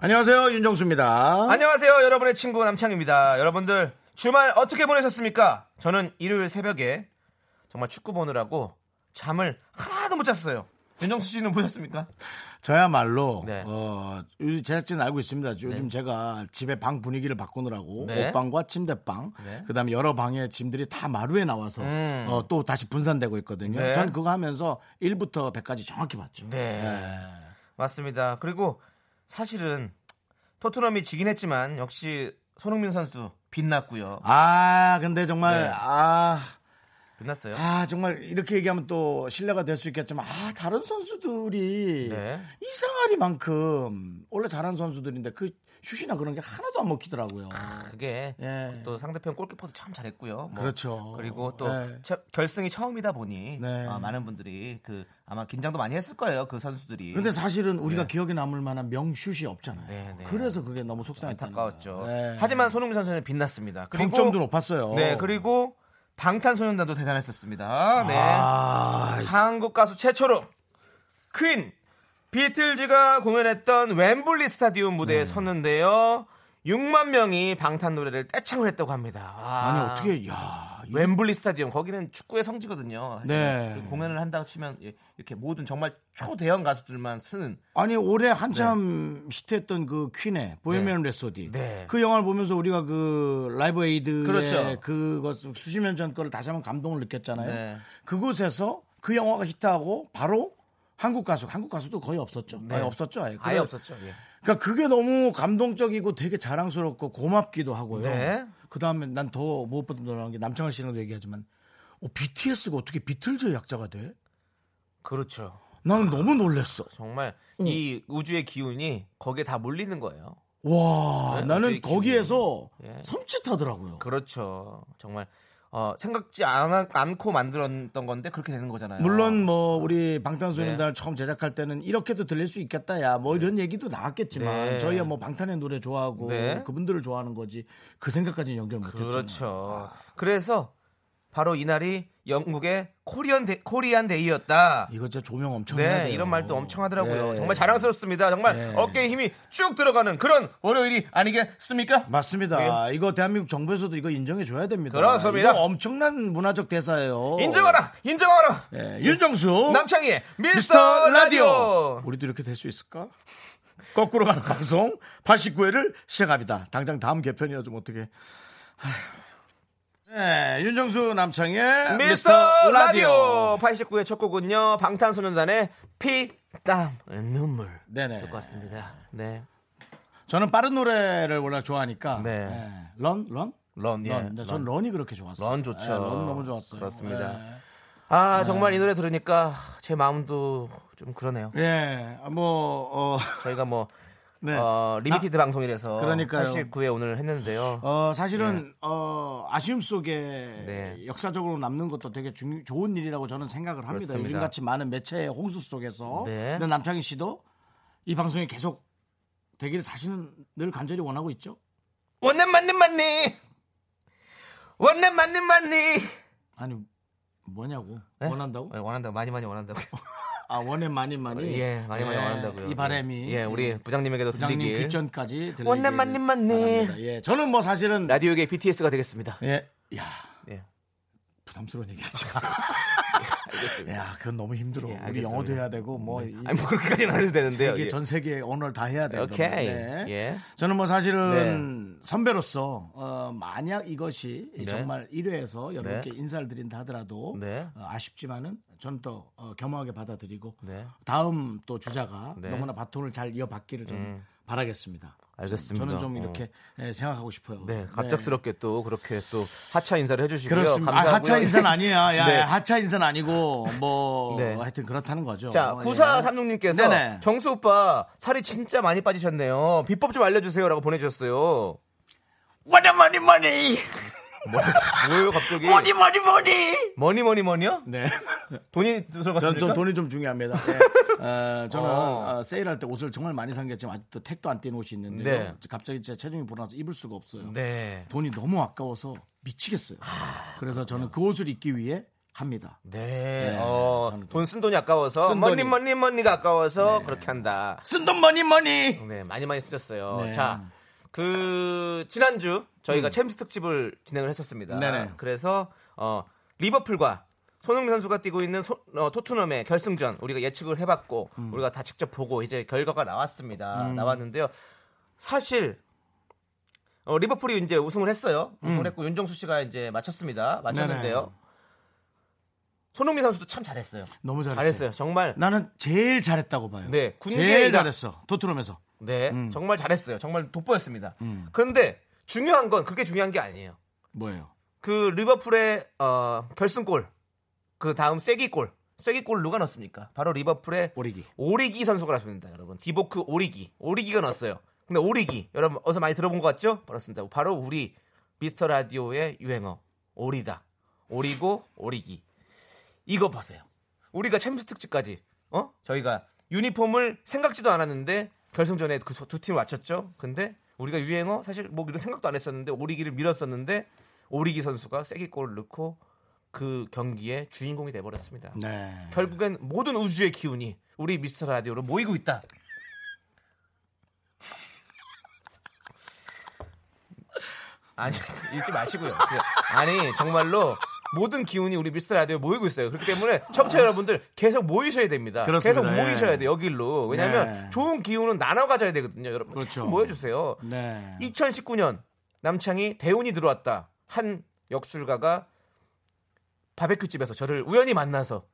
안녕하세요 윤정수입니다 안녕하세요, 여러분의 친구 남창입니다. 여러분들 주말 어떻게 보내셨습니까? 저는 일요일 새벽에 정말 축구 보느라고 잠을 하나도 못 잤어요. 윤정수 씨는 보셨습니까? 저야말로 네. 어, 이 제작진 알고 있습니다 요즘 네. 제가 집에 방 분위기를 바꾸느라고 네. 옷방과 침대방 네. 그다음에 여러 방의 짐들이 다 마루에 나와서 음. 어, 또 다시 분산되고 있거든요 네. 전 그거 하면서 1부터 100까지 정확히 봤죠 네. 네. 맞습니다. 그리고 사실은 토트넘이 지긴 했지만 역시 손흥민 선수 빛났고요. 아 근데 정말 네. 아 빛났어요. 아 정말 이렇게 얘기하면 또 신뢰가 될 수 있겠지만 아 다른 선수들이 네. 이상하리만큼 원래 잘한 선수들인데 그 슛이나 그런 게 하나도 안 먹히더라고요. 그게 예. 또 상대편 골키퍼도 참 잘했고요. 뭐 그렇죠. 그리고 또 네. 처- 결승이 처음이다 보니 네. 아, 많은 분들이 그 아마 긴장도 많이 했을 거예요. 그 선수들이. 그런데 사실은 우리가 네. 기억에 남을 만한 명슛이 없잖아요. 네, 네. 그래서 그게 너무 속상했다는 안타까웠죠. 거예요. 네. 하지만 손흥민 선수는 빛났습니다. 그리고 득점도 높았어요. 네, 그리고 방탄소년단도 대단했었습니다. 네. 아, 한국 가수 최초로 퀸 비틀즈가 공연했던 웸블리 스타디움 네. 무대에 섰는데요. 6만 명이 방탄 노래를 떼창을 했다고 합니다. 아, 아니 어떻게 야 이거 웸블리 스타디움 거기는 축구의 성지거든요. 사실. 네. 그리고 공연을 한다고 치면 예, 이렇게 모든 정말 초대형 가수들만 쓰는 아니 올해 한참 히트했던 그 퀸의 보헤미안 랩소디 네. 그 영화를 보면서 우리가 그 라이브 에이드의 그렇죠. 그것 수십 년 전 거를 다시 한번 감동을 느꼈잖아요. 네. 그곳에서 그 영화가 히트하고 바로 한국 가수 한국 가수도 거의 없었죠. 거의 없었죠. 아예. 네. 아예 그래- 없었죠. 예. 그러니까 그게 너무 감동적이고 되게 자랑스럽고 고맙기도 하고요. 네. 그 다음에 난 더 무엇보다 놀라운 게 남창현 씨랑도 얘기하지만 어, BTS가 어떻게 비틀즈의 약자가 돼? 그렇죠. 나는 너무 놀랬어. 정말 이 우주의 기운이 거기에 다 몰리는 거예요. 와, 네, 나는 어떻게 기분이- 거기에서 예. 섬찟하더라고요. 그렇죠. 정말 어, 생각지 않, 않고 만들었던 건데 그렇게 되는 거잖아요. 물론 뭐 우리 방탄소년단을 네. 처음 제작할 때는 이렇게도 들릴 수 있겠다 야 뭐 이런 얘기도 나왔겠지만 네. 저희야 뭐 방탄의 노래 좋아하고 네. 그분들을 좋아하는 거지 그 생각까지는 연결 못했죠. 그렇죠. 그래서 바로 이날이 영국의 코리안 데, 코리안 데이였다. 이거 진짜 조명 엄청 해야 네, 돼요. 이런 말도 엄청 하더라고요. 예. 정말 자랑스럽습니다. 정말 네. 어깨에 힘이 쭉 들어가는 그런 월요일이 아니겠습니까? 맞습니다. 이거 대한민국 정부에서도 이거 인정해 줘야 됩니다. 네. 그렇습니다. 이거 엄청난 문화적 네. 대사예요. 인정하라, 인정하라. 예, 윤정수 남창희의 네. 미스터 라디오. 우리도 이렇게 될 수 있을까? 거꾸로 가는 방송 89회를 시작합니다. 당장 다음 개편이라 좀 어떻게. 아휴. 네, 윤정수 남창의 미스터 라디오 89의 첫 곡은요 방탄소년단의 피땀 눈물 네네. 듣고 왔습니다. 네, 저는 빠른 노래를 워낙 좋아하니까. 네. 네, 런, 런, 런, 예, 런. 네, 전 런이 그렇게 좋았어요. 런 좋죠. 네, 런 너무 좋았어요. 그렇습니다. 네. 아 정말 이 노래 들으니까 제 마음도 좀 그러네요. 예, 뭐, 어, 저희가 뭐 네. 어, 리미티드 방송이라서 그러니까요. 89회 오늘 했는데요. 어, 사실은 어, 아쉬움 속에 네. 역사적으로 남는 것도 되게 중, 좋은 일이라고 저는 생각을 합니다. 그렇습니다. 요즘같이 많은 매체의 홍수 속에서 네. 근데 남창희 씨도 이 방송이 계속 되기를 사실은 늘 간절히 원하고 있죠. 원래 맞니 맞니 원래 맞니 맞니 아니 뭐냐고 네? 원한다고? 네, 원한다고 많이 많이 원한다고 아 원해 많이 많이 예 많이 많이 예, 원한다고요. 이 바람이 예 우리 부장님에게도 부장님 들리길 귀전까지 들리길 원래 맞니 맞니. 바랍니다. 예 저는 뭐 사실은 라디오계 BTS가 되겠습니다. 예. 야 예. 부담스러운 얘기하지 마. 알겠습니다. 야 그건 너무 힘들어. 예, 우리 알겠습니다. 영어도 해야 되고 뭐 이- 아니 뭐 그렇게까지는 안 해도 되는데요. 세계, 예. 전 세계 언어를 다 해야 돼요. 오케이. 그러면. 네. 예. 저는 뭐 사실은 선배로서 어, 만약 이것이 네. 정말 1회에서 여러분께 인사를 드린다 하더라도 네. 어, 아쉽지만은 저는 또 어, 겸허하게 받아들이고 네. 다음 또 주자가 네. 음. 너무나 바톤을 잘 이어받기를 저는 바라겠습니다. 알겠습니다. 저는 좀 어. 이렇게 예, 생각하고 싶어요. 네, 갑작스럽게 또 그렇게 또 하차 인사를 해주시고요. 그렇습니다. 아, 감사하고요. 하차 인사는 아니야. 야, 네. 야, 하차 인사는 아니고 뭐 네. 하여튼 그렇다는 거죠. 자, 예. 9436님께서 네네. 정수 오빠 살이 진짜 많이 빠지셨네요. 비법 좀 알려주세요라고 보내주셨어요. What a money money. 뭐, 뭐예요 갑자기? Money money money. 뭐니 뭐니 뭐니요? 네. 돈이 들어갔습니까? 저는 좀 돈이 좀 중요합니다. 예. 어, 저는 어, 세일할 때 옷을 정말 많이 산 게 지금 아직도 택도 안 뗀 옷이 있는데 네. 갑자기 제 체중이 불어나서 입을 수가 없어요. 네. 아, 돈이 너무 아까워서 미치겠어요. 그래서 저는 그 옷을 입기 위해 합니다. 네. 네, 어, 저는 돈 쓴 돈이 아까워서 쓴 머니 돈이. 네. 머니 머니가 아까워서 그렇게 한다. 쓴 돈 머니 머니. 네, 많이 많이 쓰셨어요. 네. 음. 자, 그 지난주 저희가 챔스 특집을 진행을 했었습니다. 네네. 그래서 어, 리버풀과 손흥민 선수가 뛰고 있는 소- 어, 토트넘의 결승전 우리가 예측을 해봤고 음. 우리가 다 직접 보고 이제 결과가 나왔습니다. 나왔는데요. 사실 어, 리버풀이 이제 우승을 했어요. 우승을 했고 윤정수 씨가 이제 맞췄습니다. 맞췄는데요. 음. 네네. 손흥민 선수도 참 잘했어요. 너무 잘했어요. 잘했어요. 정말 나는 제일 잘했다고 봐요. 네, 제일 군계가- 잘했어. 도트럼에서. 네, 음. 정말 잘했어요. 정말 돋보였습니다. 그런데 중요한 건 그게 중요한 게 아니에요. 뭐예요? 그 리버풀의 어, 결승골, 그 다음 세기골, 세기골 누가 넣었습니까? 바로 리버풀의 오리기. 오리기 선수가 넣었습니다, 여러분. 디보크 오리기, 오리기가 넣었어요. 근데 오리기, 여러분 어서 많이 들어본 것 같죠? 그렇습니다. 바로 우리 미스터 라디오의 유행어 오리다, 오리고 오리기. 이거 보세요. 우리가 챔스 특집까지 어 저희가 유니폼을 생각지도 않았는데 결승전에 그 두 팀을 맞췄죠. 근데 우리가 유행어 사실 뭐 이런 생각도 안 했었는데 오리기를 밀었었는데 오리기 선수가 세기골을 넣고 그 경기의 주인공이 돼 버렸습니다. 네. 결국엔 모든 우주의 기운이 우리 미스터 라디오로 모이고 있다. 아니 읽지 마시고요. 그냥, 아니 정말로 모든 기운이 우리 미스터 라디오에 모이고 있어요. 그렇기 때문에 청취자 여러분들 계속 모이셔야 됩니다. 그렇습니다. 계속 모이셔야 예. 돼요. 여길로. 왜냐하면 네. 좋은 기운은 나눠 가져야 되거든요. 여러분 그렇죠. 계속 모여주세요. 네. 2019년 남창이 대운이 들어왔다 한 역술가가 바베큐 집에서 저를 우연히 만나서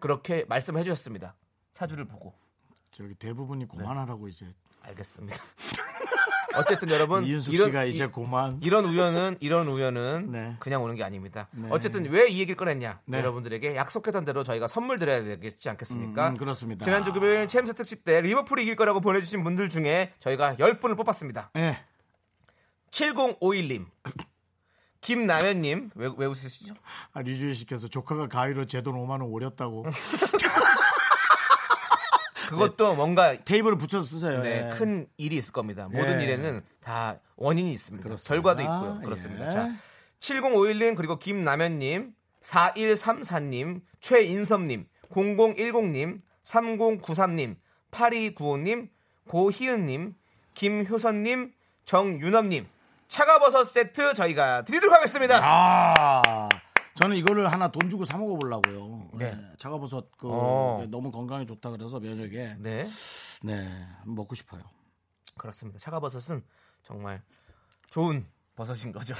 그렇게 말씀해 주셨습니다. 사주를 보고 저기 네. 대부분이 고만하라고 이제 알겠습니다. 어쨌든 여러분 이윤숙 이런- 씨가 이- 이제 고만. 음, 이런 우연은 이런 우연은 네. 그냥 오는 게 아닙니다. 네. 어쨌든 왜 이 얘기를 꺼냈냐? 네. 여러분들에게 약속했던 대로 저희가 선물 드려야 되겠지 않겠습니까? 음, 음, 그렇습니다. 그러니까 지난주 금요일 챔스 특집 때 리버풀이 이길 거라고 보내주신 분들 중에 저희가 10분을 뽑았습니다. 예. 7051님, 김남현님 왜, 왜 웃으시죠? 아, 류주희 씨께서 조카가 가위로 제 돈 5만 원 오렸다고 네. 그것도 뭔가 테이블을 붙여서 쓰세요. 네, 예. 큰 일이 있을 겁니다. 모든 예. 일에는 다 원인이 있습니다. 그렇습니다. 결과도 있고요. 그렇습니다. 예. 자, 7051님 그리고 김남현님, 4134님, 최인섭님, 0010님, 3093님, 8295님, 고희은님, 김효선님, 정윤업님 차가버섯 세트 저희가 드리도록 하겠습니다. 아, 저는 이거를 하나 돈 주고 사 먹어보려고요. 네. 네. 차가버섯 그 어. 너무 건강에 좋다 그래서 면역에 네, 네. 한번 먹고 싶어요. 그렇습니다. 차가버섯은 정말 좋은 버섯인 거죠.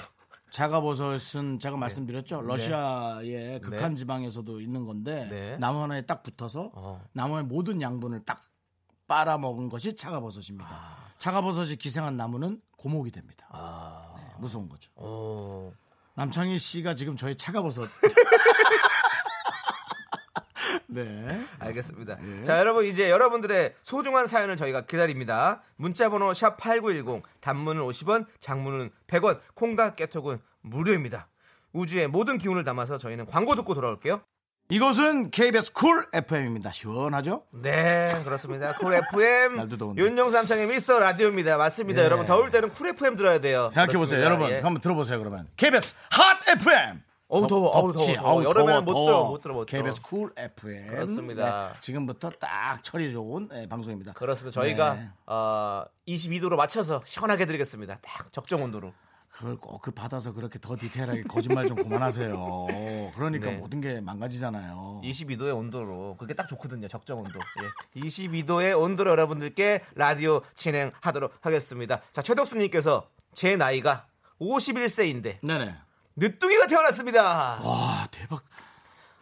차가버섯은 제가 네. 말씀드렸죠. 러시아의 극한 지방에서도 있는 건데 네. 나무 하나에 딱 붙어서 어. 나무의 모든 양분을 딱 빨아 먹은 것이 차가버섯입니다. 아. 차가버섯이 기생한 나무는 고목이 됩니다. 아. 네, 무서운 거죠. 오. 남창희 씨가 지금 저의 차가버섯. 네. 알겠습니다. 예. 자, 여러분 이제 여러분들의 소중한 사연을 저희가 기다립니다. 문자 번호 샵 8910 단문은 50원, 장문은 100원, 콩과 깨톡은 무료입니다. 우주의 모든 기운을 담아서 저희는 광고 듣고 돌아올게요. 이곳은 KBS 쿨 FM입니다. 시원하죠? 네, 그렇습니다. 쿨 FM 날도 더운데. 윤정수 남창의 미스터 라디오입니다. 맞습니다. 네. 여러분 더울 때는 쿨 FM 들어야 돼요. 생각해보세요. 그렇습니다. 여러분, 예. 한번 들어보세요, 그러면. KBS 핫 FM! 어우, 더워, 어우, 덥지? 더워, 더워. 어우, 여름에는 더워, 못 더워. 들어, 못 들어, 못 들어. KBS 쿨 FM. 그렇습니다. 지금부터 딱 처리 좋은 예, 방송입니다. 그렇습니다. 저희가 네. 어, 22도로 맞춰서 시원하게 드리겠습니다. 딱 적정 온도로. 그걸 꼭 그 받아서 그렇게 더 디테일하게 거짓말 좀 그만하세요. 그러니까 네. 모든 게 망가지잖아요. 22도의 온도로 그게 딱 좋거든요 적정 온도 예. 22도의 온도로 여러분들께 라디오 진행하도록 하겠습니다 자 최덕수님께서 제 나이가 51세인데 네네. 늦둥이가 태어났습니다 와, 대박.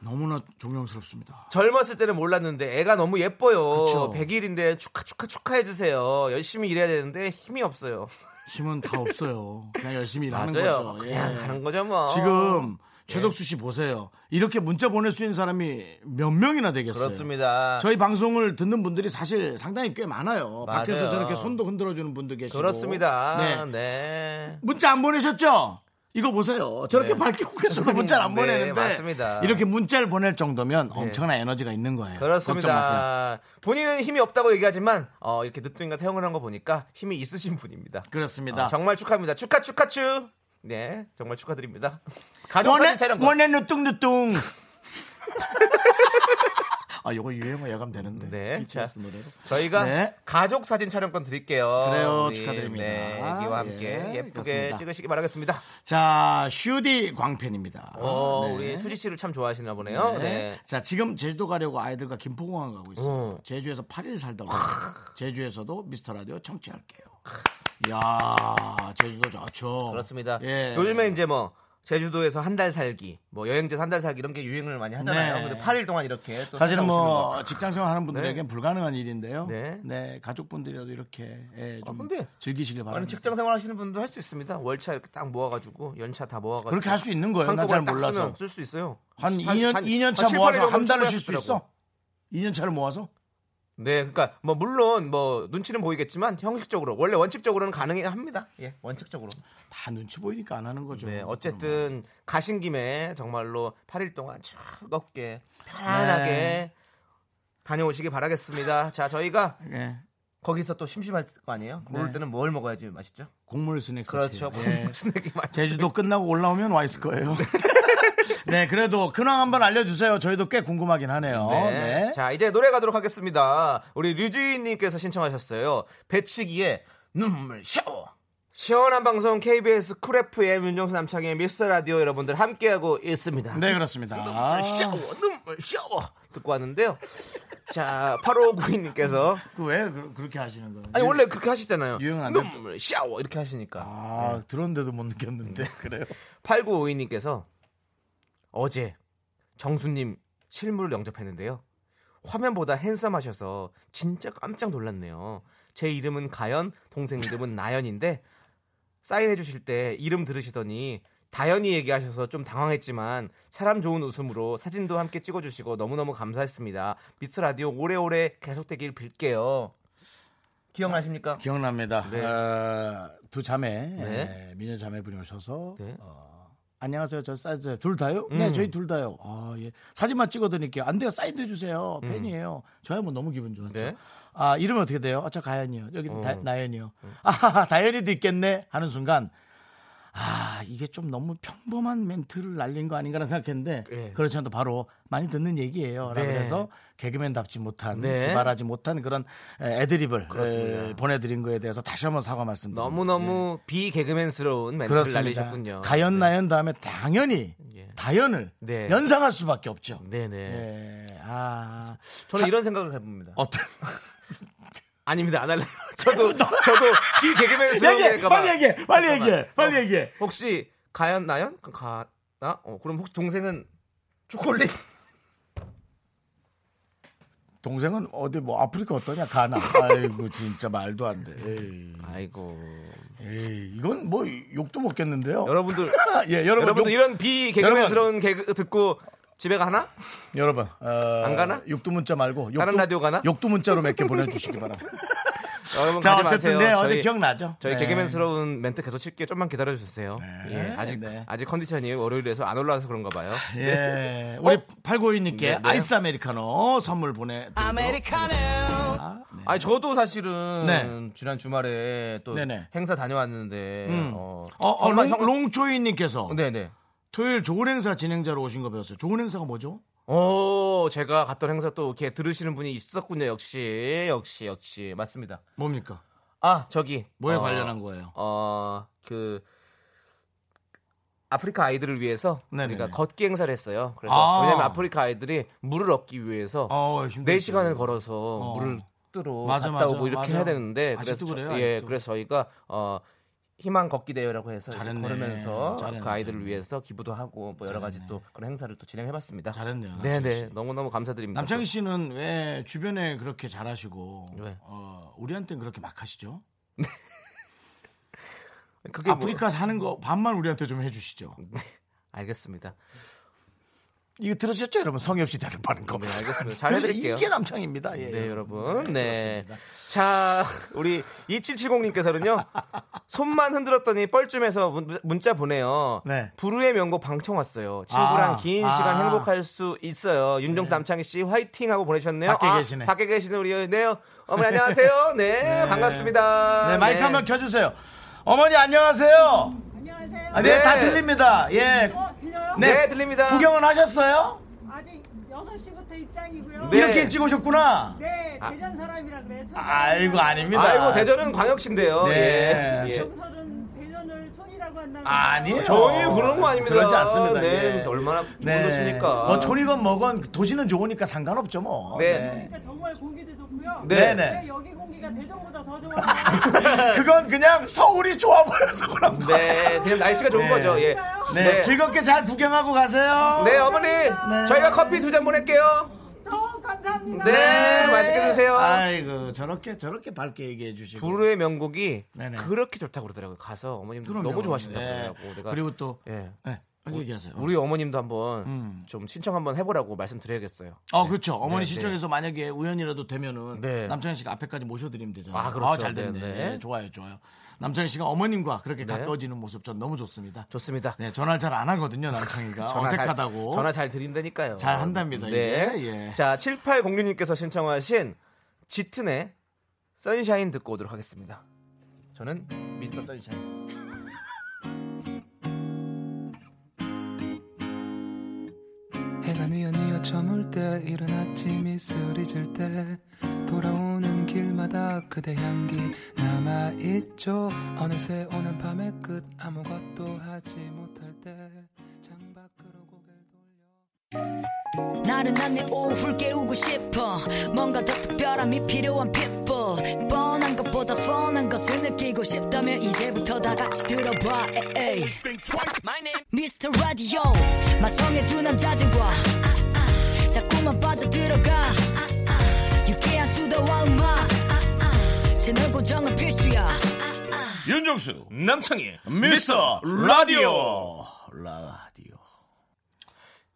너무나 존경스럽습니다. 젊었을 때는 몰랐는데 애가 너무 예뻐요. 그쵸. 100일인데 축하 축하 축하해 주세요. 열심히 일해야 되는데 힘이 없어요. 힘은 다 없어요. 그냥 열심히 일하는 맞아요. 거죠. 그냥 예. 하는 거죠 예. 뭐. 지금 최덕수 씨 보세요. 이렇게 문자 보낼 수 있는 사람이 몇 명이나 되겠어요. 그렇습니다. 저희 방송을 듣는 분들이 사실 상당히 꽤 많아요. 맞아요. 밖에서 저렇게 손도 흔들어주는 분도 계시고. 그렇습니다. 네. 네. 문자 안 보내셨죠? 이거 보세요. 저렇게 네. 밝게 웃겨서도 문자를 안 네, 보내는데 맞습니다. 네. 이렇게 문자를 보낼 정도면 엄청난 에너지가 있는 거예요. 걱정 마세요. 그렇습니다. 본인은 힘이 없다고 얘기하지만 어, 이렇게 늦둥이가 태영을 한 거 보니까 힘이 있으신 분입니다. 그렇습니다. 어, 정말 축하합니다. 축하 축하 축. 네, 정말 축하드립니다. 가족 원해 사진 촬영 원해 누뚱 누뚱. 아, 요거 유행어 예감 되는데. 네, BTS 자. 노래로. 저희가 네. 가족 사진 촬영권 드릴게요. 그래요. 우리, 축하드립니다. 네, 애기와 함께 예, 예, 쁘게 그렇습니다. 찍으시기 바라겠습니다. 자, 슈디 광팬입니다. 어, 네. 우리 수지 씨를 참 좋아하시나 보네요. 네. 네. 자, 지금 제주도 가려고 아이들과 김포공항 가고 있어요. 어. 제주에서 8일 살다 오고 제주에서도 미스터 라디오 청취할게요. 이야, 제주도 좋죠. 그렇습니다. 예. 요즘에 이제 뭐 제주도에서 한 달 살기, 뭐 여행지에서 한 달 살기 이런 게 유행을 많이 하잖아요. 네. 근데 8일 동안 이렇게 또 사실은 살다 오시는 거. 뭐 직장 생활 하는 분들에게는 불가능한 일인데요. 네. 네. 가족분들이라도 이렇게 예, 좀 아, 근데 즐기시길 바랍니다. 아니 직장 생활 하시는 분도 할 수 있습니다. 월차 이렇게 딱 모아가지고 연차 다 모아가지고 그렇게 할 수 있는 거예요. 난 잘 한꺼번에 딱 몰라서. 쓰면 쓸 수 있어요. 한 한- 2년 한- 2년 한 차 칠, 모아서 팔일 한 달을 정도 쉴 수 있어? 출발하더라고. 2년 차를 모아서? 네, 그러니까 뭐 물론 뭐 눈치는 보이겠지만 형식적으로 원래 원칙적으로는 가능합니다. 예, 원칙적으로. 다 눈치 보이니까 안 하는 거죠. 네, 어쨌든 가신 김에 정말로 8일 동안 즐겁게 편안하게 다녀오시기 바라겠습니다. 자, 저희가 예. 거기서 또 심심할 거 아니에요? 그럴 네. 때는 뭘 먹어야지 맛있죠? 곡물 스낵 그렇죠. 세트. 예. 스낵이 맛있 제주도 끝나고 올라오면 와 있을 거예요. 네, 그래도 근황 한번 알려주세요. 저희도 꽤 궁금하긴 하네요. 네. 네. 자, 이제 노래 가도록 하겠습니다. 우리 류주인님께서 신청하셨어요. 배치기의 눈물 샤워. 시원한 방송 KBS 쿨 FM 윤정수 남창의 미스터 라디오 여러분들 함께하고 있습니다. 네, 그렇습니다. 눈물 샤워, 눈물 어, 샤워 아. 듣고 왔는데요. 자, 8592님께서 그 왜 그렇게 하시는 거예요? 아니 원래 그렇게 하시잖아요. 유행 안 눈물 샤워 이렇게 하시니까. 아, 들었는데도 못 느꼈는데. 네. 그래요. 8952님께서 어제 정수님 실물을 영접했는데요. 화면보다 핸섬하셔서 진짜 깜짝 놀랐네요. 제 이름은 가연, 동생 이름은 나연인데 사인해 주실 때 이름 들으시더니 다연이 얘기하셔서 좀 당황했지만 사람 좋은 웃음으로 사진도 함께 찍어주시고 너무너무 감사했습니다. 미스 라디오 오래오래 계속되길 빌게요. 기억나십니까? 아, 기억납니다. 네. 어, 두 자매, 네. 예, 미녀 자매분이 오셔서 네. 음. 어, 안녕하세요. 저 사이즈 둘 다요? 네, 저희 둘 다요. 아, 예. 사진만 찍어드릴게요. 안 돼요. 사인도 해주세요. 팬이에요. 저야 뭐 너무 기분 좋았죠. 음. 네. 아, 이름은 어떻게 돼요? 아, 저 가연이요. 여기 는 어. 나연이요. 아, 다연이도 있겠네. 하는 순간 아, 이게 좀 너무 평범한 멘트를 날린 거 아닌가라는 생각했는데 예. 그렇지 않아도 바로 많이 듣는 얘기예요. 라고 네. 해서 개그맨답지 못한 네. 기발하지 못한 그런 에, 애드립을 그렇습니다. 에, 보내드린 거에 대해서 다시 한번 사과 말씀드립니다. 너무너무 비개그맨스러운 네. 멘트를 그렇습니다. 날리셨군요. 네. 가연 나연 다음에 당연히 예. 다연을 네. 연상할 수밖에 없죠. 네네. 예. 아 저는 이런 생각을 해봅니다. 어떤 아닙니다, 안 할래요. 저도 저도 비 얘기해 개그맨스러운가 네, 봐. 빨리 얘기해 빨리 잠깐만. 얘기해 빨리 어, 얘기해 혹시 가연 나연 그 가나? 어, 그럼 혹시 동생은 초콜릿? 동생은 어디 뭐 아프리카 어떠냐 가나 아이고 진짜 말도 안돼 에이, 아이고. 에이, 이건 뭐 욕도 먹겠는데요 여러분들 예 여러분 어? 여러분들 욕- 이런 비 개그맨스러운 개그 듣고 집에 가나? 여러분 어, 안 가나? 욕도 문자 말고 욕도, 다른 라디오 가나? 욕도 문자로 몇 개 보내주시기 바랍니다 여러분 자 가지 어쨌든 마세요. 네 어제 저희- 기억나죠 저희 네. 개그맨스러운 멘트 계속 칠게요. 좀만 기다려 주세요. 네, 예, 아직 네. 아직 컨디션이 월요일에서 안 올라와서 그런가 봐요. 예, 우리 팔고인님께 어? 네, 네. 아이스 아메리카노 선물 보내드리도록 하겠습니다. 네. 아니 저도 사실은 네. 지난 주말에 또 네네. 행사 다녀왔는데 음. 어, 어, 어, 롱, 형만- 형- 롱초이님께서 네네. 토요일 좋은 행사 진행자로 오신 거 배웠어요. 좋은 행사가 뭐죠? 오, 어, 제가 갔던 행사 또 이렇게 들으시는 분이 있었군요. 역시, 역시, 역시. 맞습니다. 뭡니까? 아, 저기. 뭐에 어, 관련한 거예요? 어, 그, 아프리카 아이들을 위해서 네네네. 우리가 걷기 행사를 했어요. 그래서 아. 왜냐면 아프리카 아이들이 물을 얻기 위해서 어, 힘들죠. 4시간을 걸어서 어. 물을 뜨러 맞아, 갔다 맞아, 오고 뭐 이렇게 맞아. 해야 되는데 아직도 저- 그래요, 예, 아직도. 그래서 저희가 어 희망 걷기 대회라고 해서 이렇게 잘했네. 걸으면서 잘했네, 그 아이들을 잘했네. 위해서 기부도 하고 뭐 여러 가지 또 그런 행사를 또 진행해봤습니다. 잘했네요, 남창희 네네 씨. 너무 너무 감사드립니다. 남창희 씨는 왜 주변에 그렇게 잘하시고 왜? 어, 우리한테는 그렇게 막 하시죠? 그게 뭐- 아프리카 사는 거 반만 우리한테 좀 해주시죠. 알겠습니다. 이거 들으셨죠, 여러분? 성의 없이 대답하는 거. 네, 알겠습니다. 잘해드릴게요. 이게 남창입니다. 예. 네, 여러분. 네. 자, 우리 2770님께서는요. 손만 흔들었더니 뻘쭘해서 문- 문자 보내요. 네. 부르의 명곡 방청 왔어요. 친구랑 아, 긴 아. 네. 시간 행복할 수 있어요. 윤정수 남창희 씨 화이팅 하고 보내셨네요. 아, 밖에 계시네. 밖에 계시는 우리 네요. 어머니 안녕하세요. 네, 반갑습니다. 네, 마이크 한번 켜주세요. 어머니 안녕하세요. 안녕하세요. 아, 네, 네. 다 들립니다. 예. 어, 들려요? 네, 들립니다. 구경은 하셨어요? 아직 6시부터 입장이고요. 네. 이렇게 일찍 오셨구나. 네, 대전 사람이라 그래요. 저 아이고 아닙니다. 아이고 대전은 광역시인데요. 네. 예. 예. 정설은 대전을 촌이라고 한다면 아니에요. 전혀 그런 거 아닙니다. 그렇지 않습니다. 네, 예. 얼마나 좋으십니까? 뭐 촌이건 뭐건 도시는 좋으니까 상관없죠 뭐. 네. 그러니까 정말 공기도 좋고요. 네. 네. 네. 왜 여기 공기가 대전보다 더 좋아요. 그건 그냥 서울이 좋아 보여서 그런 거. 네, 그냥 날씨가 좋은 네. 거죠. 예. 네, 즐겁게 잘 구경하고 가세요. 네, 어머니. 저희가 커피 두 잔 보낼게요. 너무 감사합니다. 네, 맛있게 드세요. 아이고 저렇게 저렇게 밝게 얘기해 주시고. 부르의 명곡이 네네. 그렇게 좋다고 그러더라고요. 가서 어머님도 그럼요. 너무 좋아하신다고 네. 그러더라고. 내가 그리고 또 예. 네, 얘기하세요. 우리 어머님도 한번 음. 좀 신청 한번 해보라고 말씀드려야겠어요. 어, 그렇죠. 어머니 네, 시청에서 만약에 우연이라도 되면은 네. 남창희 씨가 앞에까지 모셔드리면 되잖아요. 아, 그렇죠. 잘 됐네. 네, 네. 네, 좋아요, 좋아요. 남창희 씨가 어머님과 그렇게 가까워지는 모습 전 너무 좋습니다. 좋습니다. 네, 전화를 잘 안 하거든요, 남창희가. 어색하다고. 잘, 전화 잘 드린다니까요. 잘 한답니다, 네. 이게. 예. 자, 7806님께서 신청하신 짙은의 선샤인 듣고 오도록 하겠습니다. 저는 미스터 선샤인. 해가 뉘어뉘어 저물 때 이른 아침 이슬이 질 때 돌아오는 길마다 그대 향기 남아있죠 어느새 오늘 밤의 끝 아무것도 하지 못할 때 창밖으로 고개를 돌려 나른한 내 오후를 깨우고 싶어 뭔가 더 특별함이 필요한 people 뻔한 것보다 뻔한 것을 느끼고 싶다면 이제부터 다 같이 들어봐 에이. Mr. Radio 마성의 두 남자들과 아, 아. 자꾸만 빠져들어가 아, 아. 유쾌한 수다와 음악 아, 아. 채널 고정은 필수야 윤정수, 남창희, 미스터 라디오. 라디오.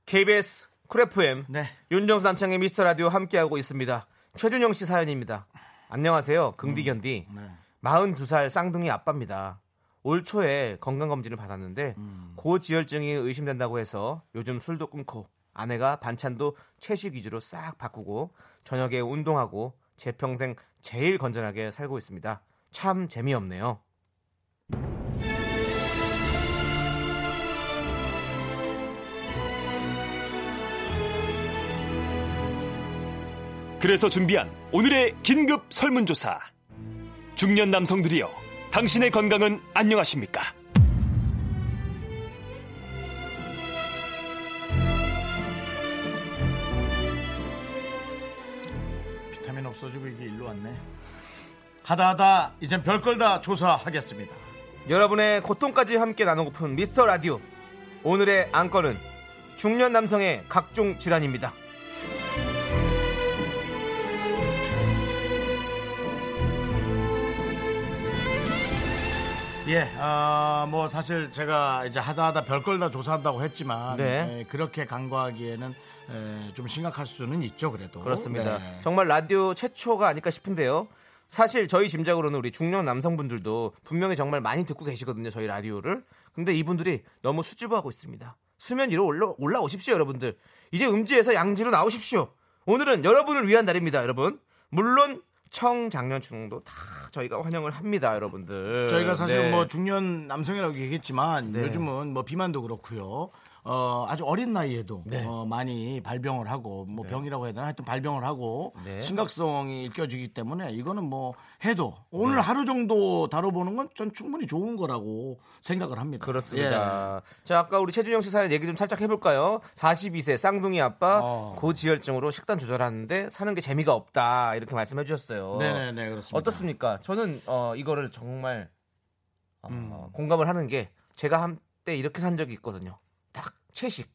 KBS 쿨 FM 네. 윤정수 남창의 미스터 라디오 함께하고 있습니다. 최준영 씨 사연입니다. 안녕하세요. 긍디견디. 음, 네. 42살 쌍둥이 아빠입니다. 올 초에 건강검진을 받았는데 음. 고지혈증이 의심된다고 해서 요즘 술도 끊고 아내가 반찬도 채식 위주로 싹 바꾸고 저녁에 운동하고 제 평생 제일 건전하게 살고 있습니다. 참 재미없네요. 그래서 준비한 오늘의 긴급 설문조사. 중년 남성들이여, 당신의 건강은 안녕하십니까? 비타민 없어지고 이게 일로 왔네. 하다 하다 이젠 별걸 다 조사하겠습니다. 여러분의 고통까지 함께 나누고픈 미스터 라디오. 오늘의 안건은 중년 남성의 각종 질환입니다. 예, 아, 뭐 사실 제가 이제 하다 하다 별걸 다 조사한다고 했지만 네. 예, 그렇게 간과하기에는 에, 좀 심각할 수는 있죠, 그래도. 그렇습니다. 네. 정말 라디오 최초가 아닐까 싶은데요. 사실 저희 짐작으로는 우리 중년 남성분들도 분명히 정말 많이 듣고 계시거든요. 저희 라디오를. 근데 이분들이 너무 수줍어하고 있습니다. 수면 위로 올라, 올라오십시오, 여러분들. 이제 음지에서 양지로 나오십시오. 오늘은 여러분을 위한 날입니다, 여러분. 물론 청장년층도 다 저희가 환영을 합니다, 여러분들. 저희가 사실 네. 뭐 중년 남성이라고 얘기했지만 요즘은 뭐 비만도 그렇고요. 어, 아주 어린 나이에도 네. 어, 많이 발병을 하고 뭐 병이라고 해야 되나 하여튼 발병을 하고 네. 심각성이 일깨워지기 때문에 이거는 뭐 해도 오늘 네. 하루 정도 다뤄보는 건 전 충분히 좋은 거라고 생각을 합니다. 예. 그렇습니다. 자, 아까 우리 최준영 씨 사연 얘기 좀 살짝 해볼까요? 42세 쌍둥이 아빠 어. 고지혈증으로 식단 조절하는데 사는 게 재미가 예. 없다 이렇게 말씀해 주셨어요. 네네네 그렇습니다. 어떻습니까? 저는 어, 이거를 정말 어, 공감을 하는 게 제가 한때 이렇게 산 적이 있거든요. 딱 채식.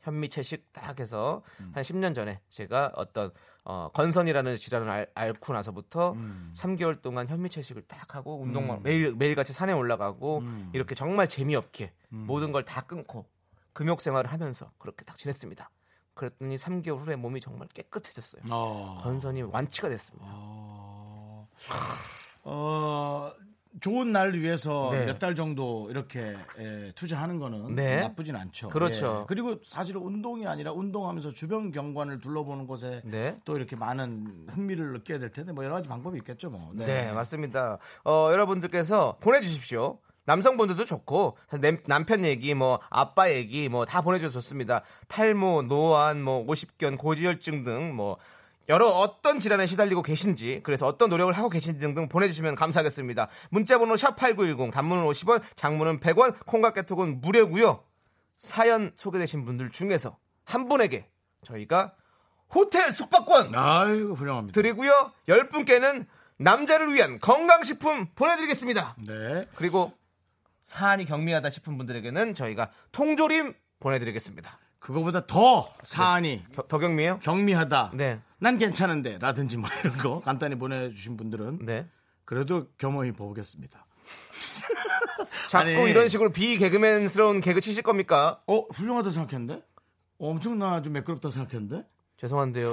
현미 채식 딱 해서 한 10년 전에 제가 어떤 어, 건선이라는 질환을 알, 앓고 나서부터 음. 3개월 동안 현미 채식을 딱 하고 운동만 매일 매일 같이 산에 올라가고 이렇게 정말 재미없게 모든 걸 다 끊고 금욕 생활을 하면서 그렇게 딱 지냈습니다. 그랬더니 3개월 후에 몸이 정말 깨끗해졌어요. 어. 건선이 완치가 됐습니다. 아. 어, 좋은 날 위해서 네. 몇 달 정도 이렇게 예, 투자하는 거는 네. 나쁘진 않죠. 그렇죠. 예. 그리고 사실은 운동이 아니라 운동하면서 주변 경관을 둘러보는 것에 네. 또 이렇게 많은 흥미를 느껴야 될 텐데 뭐 여러 가지 방법이 있겠죠 뭐. 네, 맞습니다. 어, 여러분들께서 보내주십시오. 남성분들도 좋고 남- 남편 얘기, 뭐 아빠 얘기, 뭐 다 보내줘서 좋습니다. 탈모, 노안, 뭐 오십견, 고지혈증 등 뭐 여러 어떤 질환에 시달리고 계신지 그래서 어떤 노력을 하고 계신지 등등 보내주시면 감사하겠습니다. 문자번호 샵8910 단문은 50원, 장문은 100원, 콩과 깨톡은 무료고요. 사연 소개되신 분들 중에서 한 분에게 저희가 호텔 숙박권 아이고 훌륭합니다. 드리고요. 10분께는 남자를 위한 건강식품 보내드리겠습니다. 네. 그리고 사안이 경미하다 싶은 분들에게는 저희가 통조림 보내드리겠습니다. 그거보다 더 사안이 더, 더 경미해요? 경미하다. 네. 난 괜찮은데 라든지 뭐 이런 거 간단히 보내주신 분들은 네. 그래도 겸허히 보겠습니다. 자꾸 아니. 이런 식으로 비개그맨스러운 개그 치실 겁니까? 어 훌륭하다 생각했는데 어, 엄청나 좀 매끄럽다 생각했는데 죄송한데요.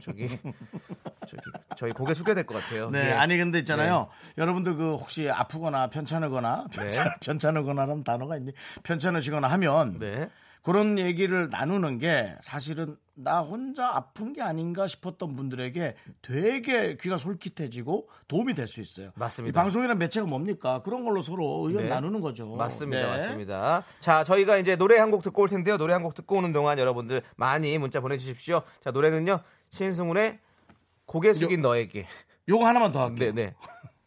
저기, 저기 저희 고개 숙여야 될 것 같아요. 네, 예. 아니 근데 있잖아요. 네. 여러분들 그 혹시 아프거나 편찮으거나 편찮, 편찮으거나라는 단어가 있는데 편찮으시거나 하면 네. 그런 얘기를 나누는 게 사실은 나 혼자 아픈 게 아닌가 싶었던 분들에게 되게 귀가 솔깃해지고 도움이 될 수 있어요. 이 맞습니다. 방송이란 매체가 뭡니까? 그런 걸로 서로 의견 네. 나누는 거죠. 맞습니다, 네. 맞습니다. 자, 저희가 이제 노래 한 곡 듣고 올 텐데요. 노래 한 곡 듣고 오는 동안 여러분들 많이 문자 보내주십시오. 자, 노래는요 신승훈의 고개 숙인 너에게. 요거 하나만 더 할게요. 네, 네.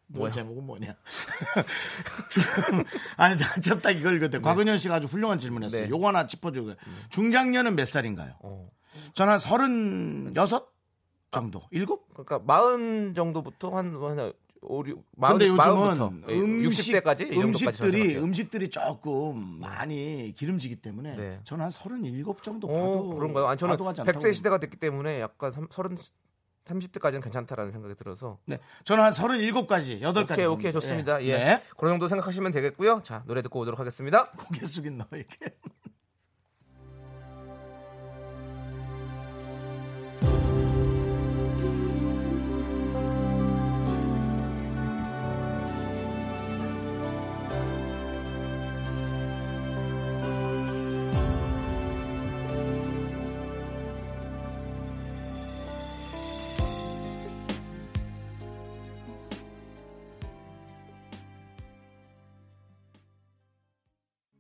노래 제목은 뭐냐? 아니 나참딱 이걸 읽었대. 곽은현 씨가 아주 훌륭한 질문했어요. 네. 어. 요거 하나 짚어주고 중장년은 몇 살인가요? 저는 한 서른여섯 정도, 일곱? 그러니까 마흔 정도부터 한 한. 오류 마흔 근데 마흔부터 예, 요즘은 음식, 60대까지 이 정도까지 음식들이 생각해요. 음식들이 조금 많이 기름지기 때문에 네. 저는 한 서른일곱 정도 봐도 어, 그런가요? 아니 저는 과도하지 100세 않다고 시대가 됐기 때문에 약간 30 30대까지는 괜찮다라는 생각이 들어서 봅니다. 네, 저는 한 서른일곱까지 여덟 까지. 오케이 오케이 좋습니다. 예. 네. 그런 정도 생각하시면 되겠고요. 자, 노래 듣고 오도록 하겠습니다. 고개 숙인 너에게.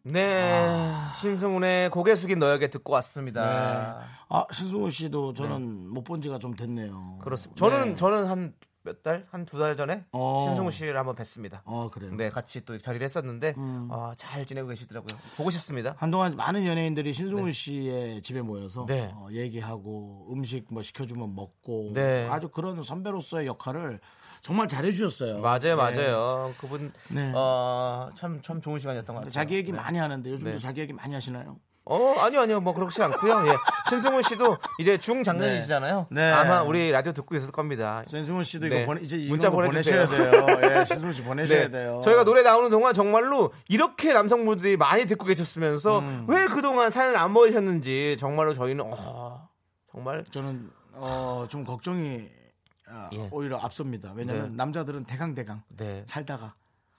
네. 신승훈의 고개 숙인 너에게 듣고 왔습니다. 아 신승호 씨도 저는 못 본 지가 좀 됐네요. 네. 그렇습니다. 네. 저는 저는 한 몇 달, 한 두 달 전에 어. 신승훈 씨를 한번 뵀습니다. 어 그래요. 네, 같이 또 자리를 했었는데 아, 잘 지내고 계시더라고요. 보고 싶습니다. 한동안 많은 연예인들이 신승훈 씨의 집에 모여서 네. 어, 얘기하고 음식 뭐 시켜주면 먹고 네. 아주 그런 선배로서의 역할을 정말 잘해주셨어요. 맞아요, 네. 맞아요. 그분 네. 어참참 좋은 시간이었던 것 같아요. 자기 얘기 많이 하는데 요즘도 네. 자기 얘기 많이 하시나요? 어 아니요 아니요 뭐 그렇지 않고요. 예. 신승훈 씨도 이제 중장년이시잖아요. 네. 네. 아마 우리 라디오 듣고 있을 겁니다. 신승훈 씨도 네. 이거 보내, 이제 문자 문자 보내셔야 보내주세요. 네. 돼요. 예, 신승훈 씨 보내셔야 돼요. 저희가 노래 나오는 동안 정말로 이렇게 남성분들이 많이 듣고 계셨으면서 음. 왜 그동안 사연 안 보내셨는지 정말로 저희는 어, 정말 저는 어, 좀 걱정이 아, 예. 오히려 앞섭니다. 왜냐하면 네. 남자들은 대강 대강 네. 살다가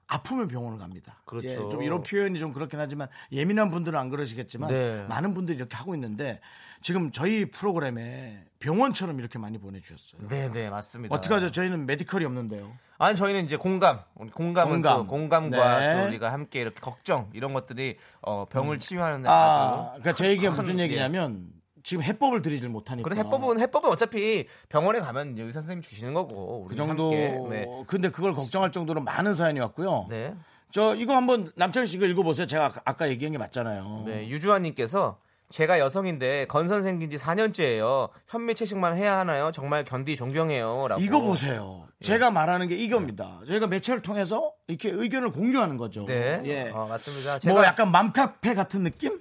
아프면 병원을 갑니다. 그렇죠. 예, 좀 이런 표현이 좀 그렇긴 하지만 예민한 분들은 안 그러시겠지만 네. 많은 분들이 이렇게 하고 있는데 지금 저희 프로그램에 병원처럼 이렇게 많이 보내주셨어요. 네, 네, 맞습니다. 어떻게 하죠? 저희는 메디컬이 없는데요. 아니 저희는 이제 공감, 우리 공감은 공감. 또 공감과 네. 음. 또 우리가 함께 이렇게 걱정 이런 것들이 어, 병을 치유하는 아, 아주 그러니까 제 얘기가 무슨 큰, 예. 얘기냐면 지금 해법을 드리질 못하니까. 그런 해법은 해법은 어차피 병원에 가면 이제 의사 선생님 주시는 거고 우리 그 정도. 네. 근데 그걸 걱정할 정도로 많은 사연이 왔고요. 네. 저 이거 한번 남철 씨 이거 읽어보세요. 제가 아까- 아까 얘기한 게 맞잖아요. 네, 유주환님께서 네, 제가 여성인데 건선 생긴 지 4년째예요. 현미 채식만 해야 하나요? 정말 견디 존경해요라고. 예. 이거 보세요. 제가 말하는 게 이겁니다. 저희가 매체를 통해서 이렇게 의견을 공유하는 거죠. 네. 예. 어, 맞습니다. 제가 네. 뭐 약간 맘카페 같은 느낌?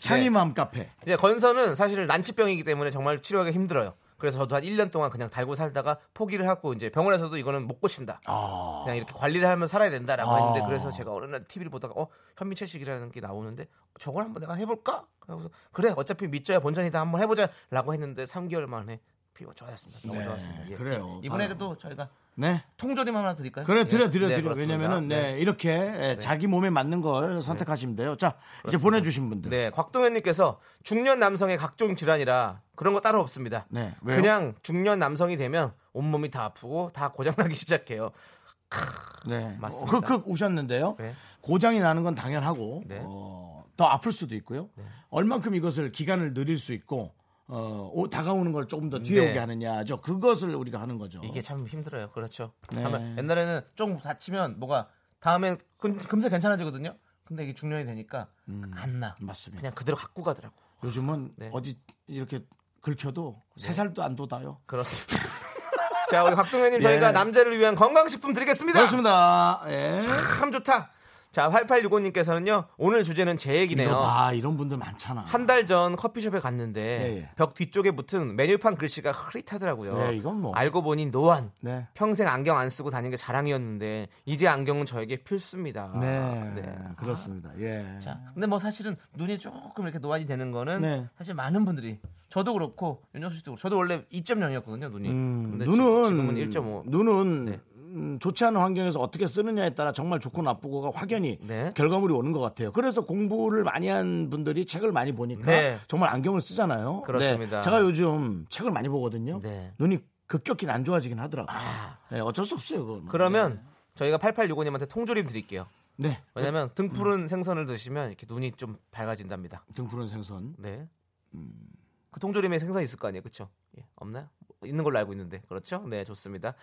찬이 맘카페. 이제 건선은 사실 난치병이기 때문에 정말 치료하기 힘들어요. 그래서 저도 한 1년 동안 그냥 달고 살다가 포기를 하고 이제 병원에서도 이거는 못 고친다. 아. 그냥 이렇게 관리를 하면 살아야 된다라고 아. 했는데 그래서 제가 어느 날 TV를 보다가 어 현미 채식이라는 게 나오는데 저걸 한번 내가 해볼까? 그래서 그래 어차피 밑져야 본전이다 한번 해보자라고 했는데 3개월 만에 피부가 좋아졌습니다. 너무 네, 좋았습니다. 예. 그래요. 아, 이번에도 저희가 네. 통조림 하나 드릴까요? 그래 예. 드려 드려 네, 드려. 그렇습니다. 왜냐면은 네, 이렇게 자기 몸에 맞는 걸 선택하시면 돼요. 자, 이제 보내 주신 분들. 네, 곽동현님께서 중년 남성의 각종 질환이라 그런 거 따로 없습니다. 네, 왜요? 그냥 중년 남성이 되면 온몸이 다 아프고 다 고장나기 시작해요. 네. 맞습니다. 흑흑 우셨는데요. 네. 고장이 나는 건 당연하고 네. 어, 더 아플 수도 있고요. 얼만큼 이것을 기간을 늘릴 수 있고 어, 오- 다가오는 걸 조금 더 뒤에 네. 오게 하느냐죠. 그것을 우리가 하는 거죠. 이게 참 힘들어요. 그렇죠. 네. 다만 옛날에는 좀 다치면 뭐가 다음엔 금, 금세 괜찮아지거든요. 근데 이게 중년이 되니까 안 나. 맞습니다. 그냥 그대로 갖고 가더라고. 요즘은 네. 어디 이렇게 긁혀도 세 살도 안 돋아요. 그렇습니다. 자, 우리 예. 곽동현님 저희가 남자를 위한 건강식품 드리겠습니다. 그렇습니다. 예. 참 좋다. 자, 8865님께서는요. 오늘 주제는 제 얘기네요. 이거 봐 이런 분들 많잖아. 한 달 전 커피숍에 갔는데 예, 예. 벽 뒤쪽에 붙은 메뉴판 글씨가 흐릿하더라고요. 네, 이건 뭐. 알고 보니 노안. 네. 평생 안경 안 쓰고 다닌 게 자랑이었는데 이제 안경은 저에게 필수입니다. 네. 네. 그렇습니다. 예. 자, 근데 뭐 사실은 눈이 조금 이렇게 노안이 되는 거는 네. 사실 많은 분들이 저도 그렇고 윤정수 씨도 그렇고 저도 원래 2.0이었거든요 눈이. 음, 근데 지- 눈은 지금은 1.5. 눈은 네. 음, 좋지 않은 환경에서 어떻게 쓰느냐에 따라 정말 좋고 나쁘고가 확연히 네. 결과물이 오는 것 같아요. 그래서 공부를 많이 한 분들이 책을 많이 보니까 네. 정말 안경을 쓰잖아요. 그렇습니다. 네, 제가 요즘 책을 많이 보거든요. 네. 눈이 급격히 안 좋아지긴 하더라고요. 네, 어쩔 수 없어요. 그건. 그러면 저희가 8865님한테 통조림 드릴게요. 네. 왜냐면 등 푸른 생선을 드시면 이렇게 눈이 좀 밝아진답니다. 등푸른 생선. 네. 그 통조림에 생선 있을 거 아니에요, 그렇죠? 없나요? 뭐, 있는 걸로 알고 있는데 그렇죠? 네, 좋습니다.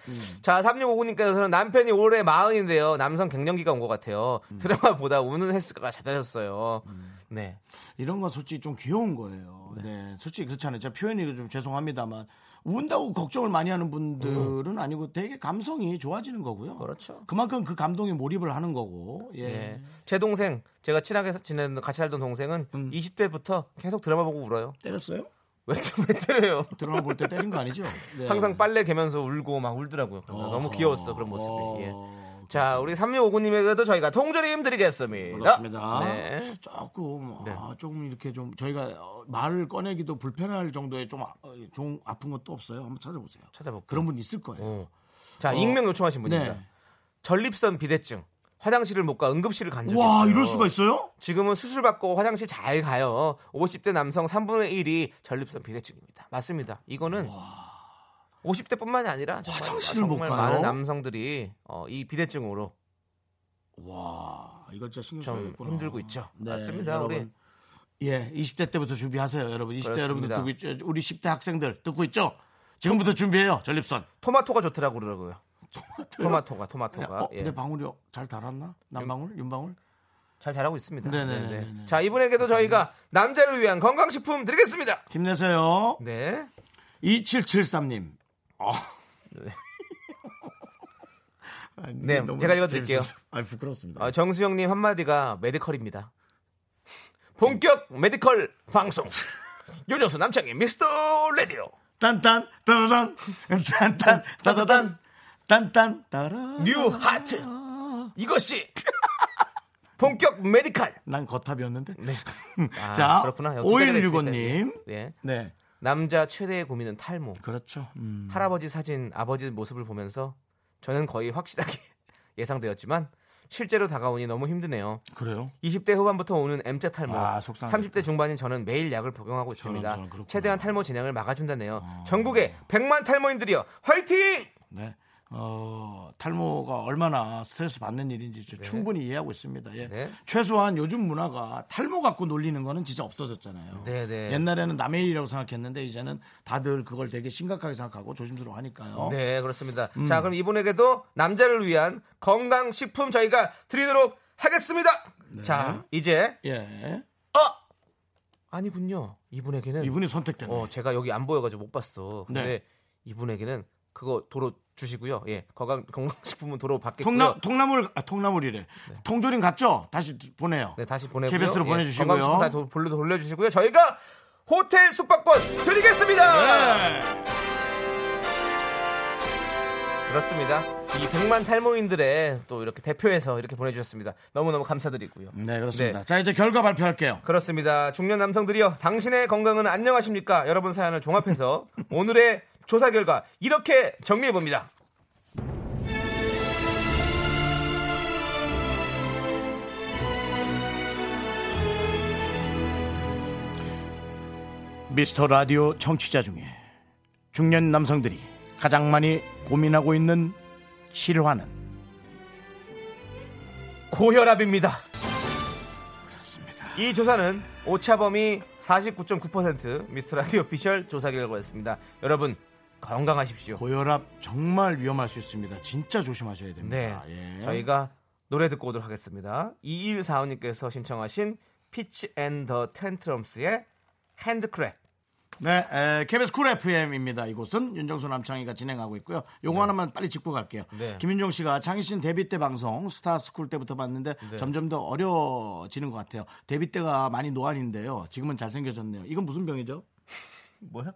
자, 3659님께서는 남편이 올해 마흔인데요, 남성 갱년기가 온 것 같아요. 드라마 보다 우는 횟수가 잦아졌어요. 네, 이런 건 솔직히 좀 귀여운 거예요. 네. 솔직히 그렇잖아요. 제가 표현이 좀 죄송합니다만 운다고 걱정을 많이 하는 분들은 아니고 되게 감성이 좋아지는 거고요. 음. 그렇죠. 그만큼 그 감동에 몰입을 하는 거고. 예. 예. 제 동생, 제가 친하게 지내는 같이 살던 동생은 20대부터 계속 드라마 보고 울어요. 때렸어요? 왜, 왜 때려요? 드라마 볼 때 때린 거 아니죠? 네. 항상 빨래 개면서 울고 막 울더라고요. 그래서 너무 귀여웠어 그런 모습이. 예. 자, 우리 3659님에게도 저희가 통조림 드리겠습니다. 어, 그렇습니다. 예. 네. 조금 네. 아, 조금 이렇게 좀 저희가 어, 말을 꺼내기도 불편할 정도의 좀, 아, 어, 좀 아픈 것도 없어요. 한번 찾아보세요. 찾아볼게요. 그런 분 있을 거예요. 어. 자, 어. 익명 요청하신 분입니다. 네. 전립선 비대증. 화장실을 못 가 응급실을 간 적이 와 있어요. 이럴 수가 있어요? 지금은 수술 받고 화장실 잘 가요. 50대 남성 3분의 1이 전립선 비대증입니다. 맞습니다. 이거는 50대뿐만이 아니라 정말- 화장실을 못 정말 가요? 많은 남성들이 어, 이 비대증으로 와 이거 진짜 신경 좀 써야겠구나. 힘들고 있죠. 네, 맞습니다. 우리 여러분. 예, 20대 때부터 준비하세요, 여러분. 20대 여러분들 그렇습니다. 듣고 있죠. 우리 10대 학생들 듣고 있죠. 지금부터 준비해요, 전립선. 토마토가 좋더라고 그러더라고요. 토마토가 토마토가 어, 예. 내 방울이 잘 달았나? 남방울, 윤방울? 잘 자라고 있습니다. 네네네네. 자 이분에게도 저희가 남자를 위한 건강식품 드리겠습니다. 힘내세요. 네. 2773님. 어. 네. 아니, 네, 너무 제가 읽어드릴게요. 재밌었어요. 아, 부끄럽습니다. 어, 정수영님 한마디가 메디컬입니다. 본격 메디컬 방송. 윤정수 남창희 미스터 라디오 딴딴 따라란 딴딴 따다단 딴딴 따라. 뉴 하트 이것이 본격 메디컬. 난 거탑이었는데. 아, 자, 그렇구나. 여기 때가 됐으니까, 5165님. 예. 예. 네, 남자 최대의 고민은 탈모. 그렇죠. 음. 할아버지 사진, 아버지 모습을 보면서 저는 거의 확실하게 예상되었지만 실제로 다가오니 너무 힘드네요. 그래요. 20대 후반부터 오는 M자 탈모, 아, 속상하겠다. 30대 중반인 저는 매일 약을 복용하고 있습니다. 저런, 그렇구나. 어. 최대한 탈모 진행을 막아준다네요. 전국의 100만 탈모인들이여 화이팅! 네. 어, 탈모가 얼마나 스트레스 받는 일인지 저 충분히 이해하고 있습니다. 예. 네. 최소한 요즘 문화가 탈모 갖고 놀리는 거는 진짜 없어졌잖아요. 네, 네. 옛날에는 남의 일이라고 생각했는데 이제는 다들 그걸 되게 심각하게 생각하고 조심스러워 하니까요. 네 그렇습니다. 음. 자 그럼 이분에게도 남자를 위한 건강 식품 네. 저희가 드리도록 하겠습니다. 자 이제 예. 어 아니군요. 이분에게는 이분이 선택됐네. 어, 제가 여기 안 보여가지고 못 봤어. 네. 근데 이분에게는 그거 도로 주시고요. 예, 건강 건강식품은 도로 받겠고요. 통나 통나물 아, 통나물이래. 통조림 갔죠? 다시 보내요. 네, 다시 보내고요. KBS 로 예, 보내주시고요. 건강식품 다 도- 돌려 돌려주시고요. 저희가 호텔 숙박권 드리겠습니다. 네. 그렇습니다. 이 100만 탈모인들의 또 이렇게 대표해서 이렇게 보내주셨습니다. 너무너무 감사드리고요. 네 그렇습니다. 네. 자 이제 결과 발표할게요. 그렇습니다. 중년 남성들이요. 당신의 건강은 안녕하십니까? 여러분 사연을 종합해서 오늘의 조사 결과 이렇게 정리해 봅니다. 미스터 라디오 청취자 중에 중년 남성들이 가장 많이 고민하고 있는 실화는 고혈압입니다. 그렇습니다. 이 조사는 오차범위 49.9% 미스터 라디오 오피셜 조사 결과였습니다. 여러분 건강하십시오. 고혈압 정말 위험할 수 있습니다. 진짜 조심하셔야 네. 됩니다. 예. 저희가 노래 듣고 오도록 하겠습니다. 2145님께서 신청하신 피치 앤더 텐트럼스의 핸드크랩. 네, 에, KBS 쿨 FM입니다. 이곳은 윤정수 남창희가 진행하고 있고요. 요거 하나만 빨리 짚고 갈게요. 네. 김윤정 씨가 창희 씨는 데뷔 때 방송 스타스쿨 때부터 봤는데 점점 더 어려지는 것 같아요. 데뷔 때가 많이 노안인데요. 지금은 잘생겨졌네요. 이건 무슨 병이죠? 뭐야?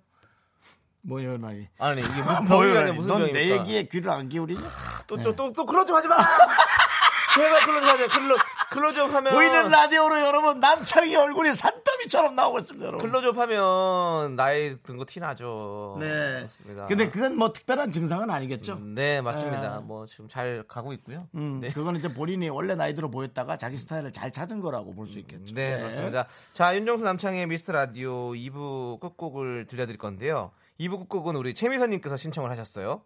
뭐예요, 말이? 아니 이게 무슨 병이라니 뭐예요, 무슨 넌 내 병입니까? 얘기에 귀를 안 기울이냐? 또또또 또 클로즈 좀 하지 마. 제발 클로즈 하자. 클로 클로즈 하면 보이는 라디오로 여러분 남창희 얼굴이 산더미처럼 나오고 있습니다, 여러분. 클로즈 하면 나이 든 거 티 나죠. 네. 맞습니다. 근데 그건 뭐 특별한 증상은 아니겠죠? 네 맞습니다. 음, 네. 뭐 지금 잘 가고 있고요. 음, 네. 그거는 이제 본인이 원래 나이 들어 보였다가 자기 스타일을 잘 찾은 거라고 볼 수 있겠죠. 네, 그렇습니다. 자, 윤정수 남창의 미스터 라디오 2부 끝곡을 들려드릴 건데요. 2부 끝곡은 우리 최미선님께서 신청을 하셨어요.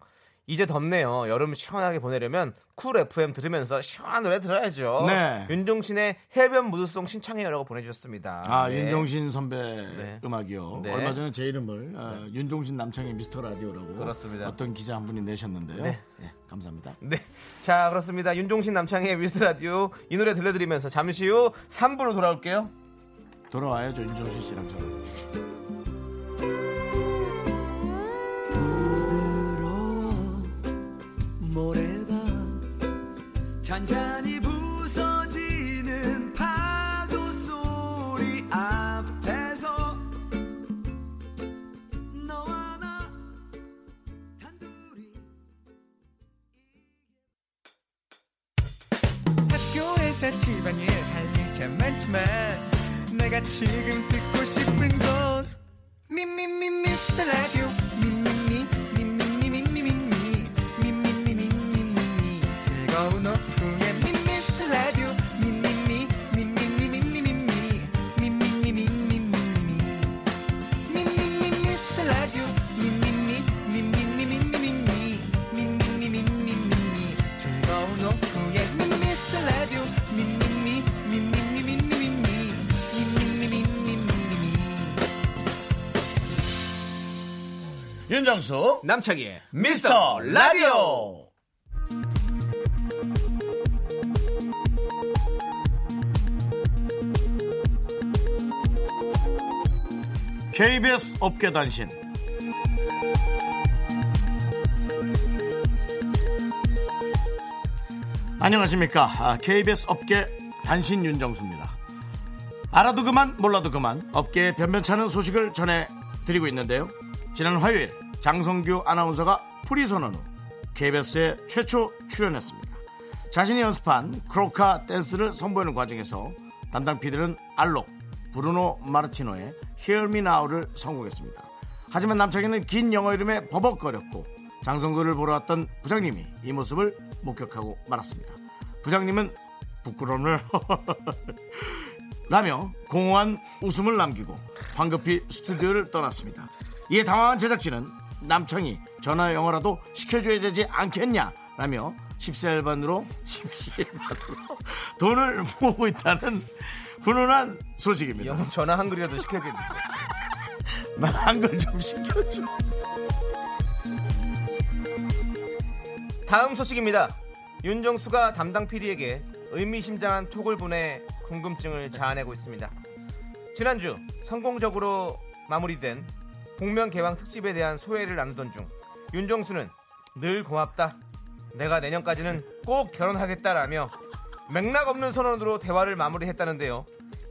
이제 덥네요. 여름 시원하게 보내려면 쿨 FM 들으면서 시원한 노래 들어야죠. 네. 윤종신의 해변 무드송 신청해요라고 보내주셨습니다. 아 네. 윤종신 선배 음악이요. 네. 얼마 전에 제 이름을 아, 윤종신 남창의 미스터 라디오라고 그렇습니다. 어떤 기자 한 분이 내셨는데요. 네. 네. 감사합니다. 네. 자, 그렇습니다. 윤종신 남창의 미스터 라디오 이 노래 들려드리면서 잠시 후 3부로 돌아올게요. 돌아와야죠 윤종신 씨랑 저랑. 잔잔히 부서지는 파도 소리 앞에서 너와 나 단둘이 학교에서 집안일 할 일 참 많지만 내가 지금 듣고 싶은 건 미미미 미스터 라디오 미미미 미미미 미미미 미미미 미미미 즐거운 오후에 미스터 라디오 미미미 미미미 미미미 미미미 미미미 윤정수 남창의 미스터 라디오. KBS 업계 단신. 안녕하십니까. 아, KBS 업계 단신 윤정수입니다. 알아도 그만 몰라도 그만 업계의 변변찮은 소식을 전해드리고 있는데요. 지난 화요일 장성규 아나운서가 프리 선언 후 KBS에 최초 출연했습니다. 자신이 연습한 크로카 댄스를 선보이는 과정에서 담당 피디는 알록, 브루노 마르티노의 Hear Me Now를 선곡했습니다. 하지만 남창희는 긴 영어 이름에 버벅거렸고 장성규를 보러 왔던 부장님이 이 모습을 목격하고 말았습니다. 부장님은 부끄러움을 라며 공허한 웃음을 남기고 황급히 스튜디오를 떠났습니다. 이에 당황한 제작진은 남창이 전화 영어라도 시켜줘야 되지 않겠냐 라며 14일반으로 17일반으로 돈을 모으고 있다는 훈훈한 소식입니다. 영어 전화 한글이라도 시켜야겠네. 난 한글 좀 시켜줘. 다음 소식입니다. 윤정수가 담당 PD에게 의미심장한 톡을 보내 궁금증을 자아내고 있습니다. 지난주 성공적으로 마무리된 복면 개왕 특집에 대한 소회를 나누던 중 윤정수는 늘 고맙다. 내가 내년까지는 꼭 결혼하겠다라며 맥락 없는 선언으로 대화를 마무리했다는데요.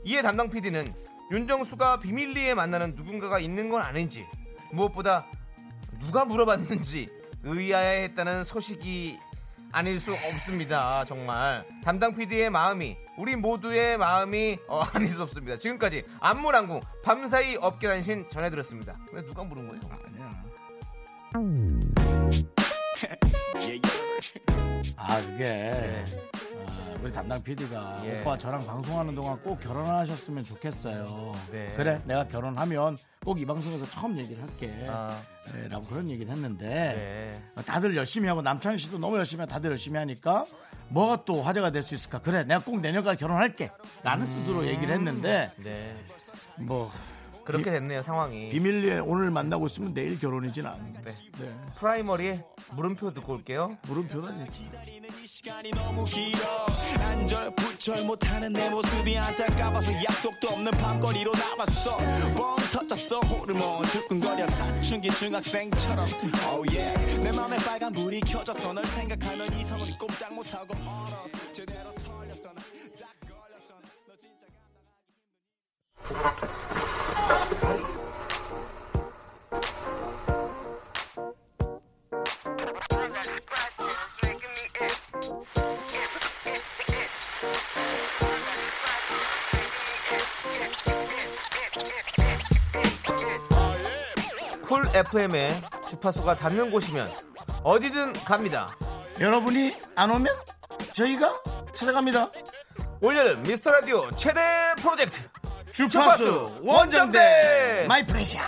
이에 담당 PD는 윤정수가 비밀리에 만나는 누군가가 있는 건 아닌지 무엇보다 누가 물어봤는지 의아해했다는 소식이 아닐 수 없습니다. 정말 담당 PD의 마음이 우리 모두의 마음이 어, 아닐 수 없습니다. 지금까지 안무랑궁 밤사이 업계 단신 전해드렸습니다. 근데 누가 물은 거예요? 아 그게 아, 우리 담당 PD가 예. 오빠 저랑 방송하는 동안 꼭 결혼하셨으면 좋겠어요. 네. 그래 내가 결혼하면 꼭 이 방송에서 처음 얘기를 할게. 아. 예, 라고 그런 얘기를 했는데 네. 어, 다들 열심히 하고 남창희 씨도 너무 열심히 하고 다들 열심히 하니까 뭐가 또 화제가 될 수 있을까? 그래 내가 꼭 내년까지 결혼할게. 라는 뜻으로 얘기를 했는데 음. 네. 뭐 그렇게 됐네요 상황이. 비밀리에 오늘 만나고 있으면 내일 결혼이진 않은데 네. 프라이머리에 물음표 듣고 올게요. 물음표다 진짜. 시간이 너무 길어 안절부절 못하는 내 모습이 안타까워서 약속도 없는 밤거리로 남았어 뻥 터졌어 호르몬 두근거려 사춘기 중학생처럼 oh yeah. 내 맘에 빨간 불이 켜져서 널 생각하면 이성은 꼼짝 못하고 얼어 제대로 털렸어 난딱 걸렸어 너 진짜 쿨 FM의 주파수가 닿는 곳이면 어디든 갑니다. 여러분이 안 오면 저희가 찾아갑니다. 올여름 미스터 라디오 최대 프로젝트 주파수 원정대 마이 프레셔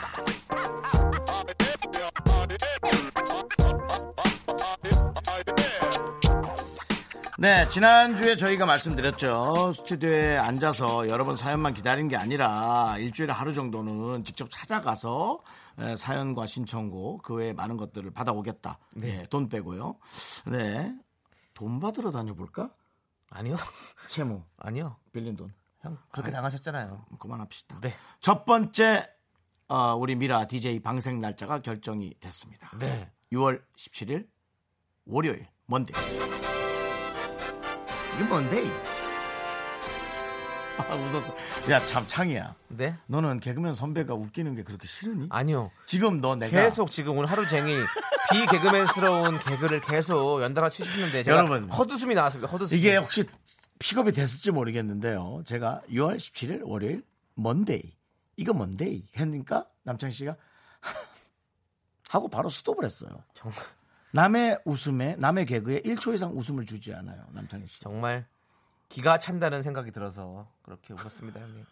네 지난주에 저희가 말씀드렸죠 스튜디오에 앉아서 여러 번 사연만 기다린 게 아니라 일주일에 하루 정도는 직접 찾아가서 에, 사연과 신청곡 그 외에 많은 것들을 받아오겠다 예, 돈 빼고요 네. 네돈 받으러 다녀볼까 아니요 채무 아니요 빌린 돈 형 그렇게 당하셨잖아요. 그만합시다. 네. 첫 번째 어, 우리 미라 DJ 방생 날짜가 결정이 됐습니다. 네. 6월 17일 월요일 먼데이. 이게 먼데이. 아, 웃었다. 야, 참 창이야. 네 너는 개그맨 선배가 웃기는 게 그렇게 싫으니? 아니요 지금 너 내가 계속 지금 오늘 하루 종일 비개그맨스러운 개그를 계속 연달아 치시는데 제가 여러분. 헛웃음이 나왔습니다. 헛웃음 이게 혹시 픽업이 됐을지 모르겠는데요. 제가 6월 17일 월요일 먼데이 이거 먼데이 했니까 남창 씨가 하고 바로 스톱을 했어요. 정말 남의 웃음에 남의 개그에 1초 이상 웃음을 주지 않아요. 남창희 씨. 정말 기가 찬다는 생각이 들어서 그렇게 웃었습니다, 형님.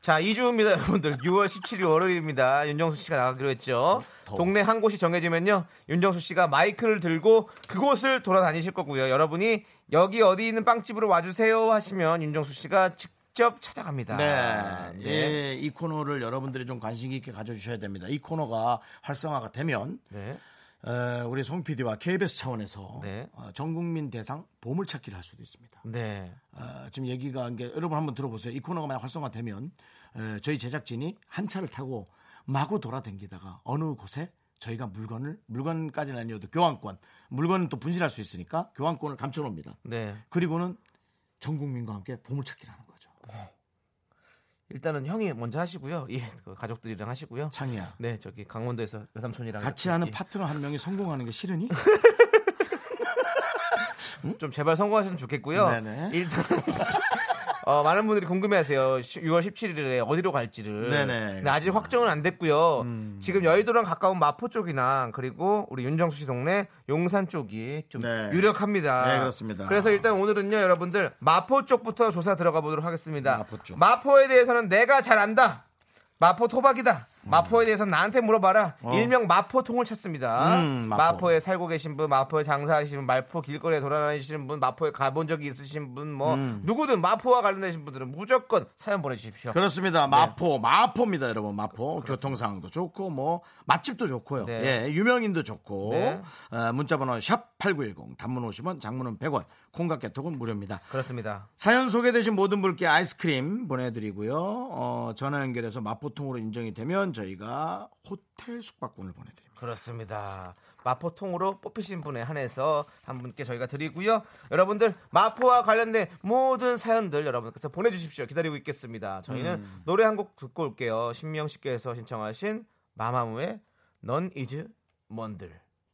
자, 2주입니다, 여러분들. 6월 17일 월요일입니다. 윤정수 씨가 나가기로 어, 했죠. 동네 한 곳이 정해지면요. 윤정수 씨가 마이크를 들고 그곳을 돌아다니실 거고요. 여러분이 여기 어디 있는 빵집으로 와주세요 하시면 윤정수 씨가 직접 찾아갑니다. 네. 예. 예, 이 코너를 여러분들이 좀 관심 있게 가져주셔야 됩니다. 이 코너가 활성화가 되면 네. 어, 우리 송 PD와 KBS 차원에서 네. 어, 전국민 대상 보물찾기를 할 수도 있습니다. 네. 어, 지금 얘기가 한 게 여러분 한번 들어보세요. 이 코너가 만약 활성화되면 어, 저희 제작진이 한 차를 타고 마구 돌아다니다가 어느 곳에 저희가 물건을 물건까지는 아니어도 교환권 물건은 또 분실할 수 있으니까 교환권을 감춰놓습니다. 네. 그리고는 전 국민과 함께 보물찾기를 하는 거죠. 일단은 형이 먼저 하시고요. 예. 그 가족들이랑 하시고요. 창이야. 네, 저기 강원도에서 여삼촌이랑 같이 이렇게, 하는 예. 파트너 한 명이 성공하는 게 싫으니? 좀 제발 성공하셨으면 좋겠고요. 네네. 일단 어, 많은 분들이 궁금해하세요. 6월 17일에 어디로 갈지를. 네네, 근데 아직 그렇습니다. 음. 확정은 안 됐고요. 지금 여의도랑 가까운 마포 쪽이나 그리고 우리 윤정수 씨 동네 용산 쪽이 좀 네. 유력합니다. 네, 그렇습니다. 그래서 일단 오늘은요, 여러분들 마포 쪽부터 조사 들어가 보도록 하겠습니다. 마포 쪽. 마포에 대해서는 내가 잘 안다. 마포 토박이다. 마포에 대해서 나한테 물어봐라. 음. 어. 일명 마포통을 찾습니다. 음, 마포. 마포. 에 살고 계신 분, 마포에 장사하시는 분, 마포 길거리에 돌아다니시는 분, 마포에 가본 적이 있으신 분, 뭐 누구든 마포와 관련되신 분들은 무조건 사연 음. 보내주십시오. 그렇습니다. 마포, 마포입니다, 여러분. 마포 교통 상황도 좋고 뭐 맛집도 좋고요. 네. 예, 유명인도 좋고 네. 어, 문자번호 샵 #8910 단문 50원, 장문은 100원, 콩깍개톡은 무료입니다. 그렇습니다. 사연 소개되신 모든 분께 아이스크림 보내드리고요. 어, 전화 연결해서 마포통으로 인정이 되면 저희가 호텔 숙박권을 보내드립니다. 그렇습니다. 마포통으로 뽑히신 분에 한해서 한 분께 저희가 드리고요. 여러분들 마포와 관련된 모든 사연들 여러분께서 보내주십시오. 기다리고 있겠습니다. 저희는 음. 노래 한 곡 듣고 올게요. 신명 씨께서 신청하신 마마무의 넌 이즈 먼들.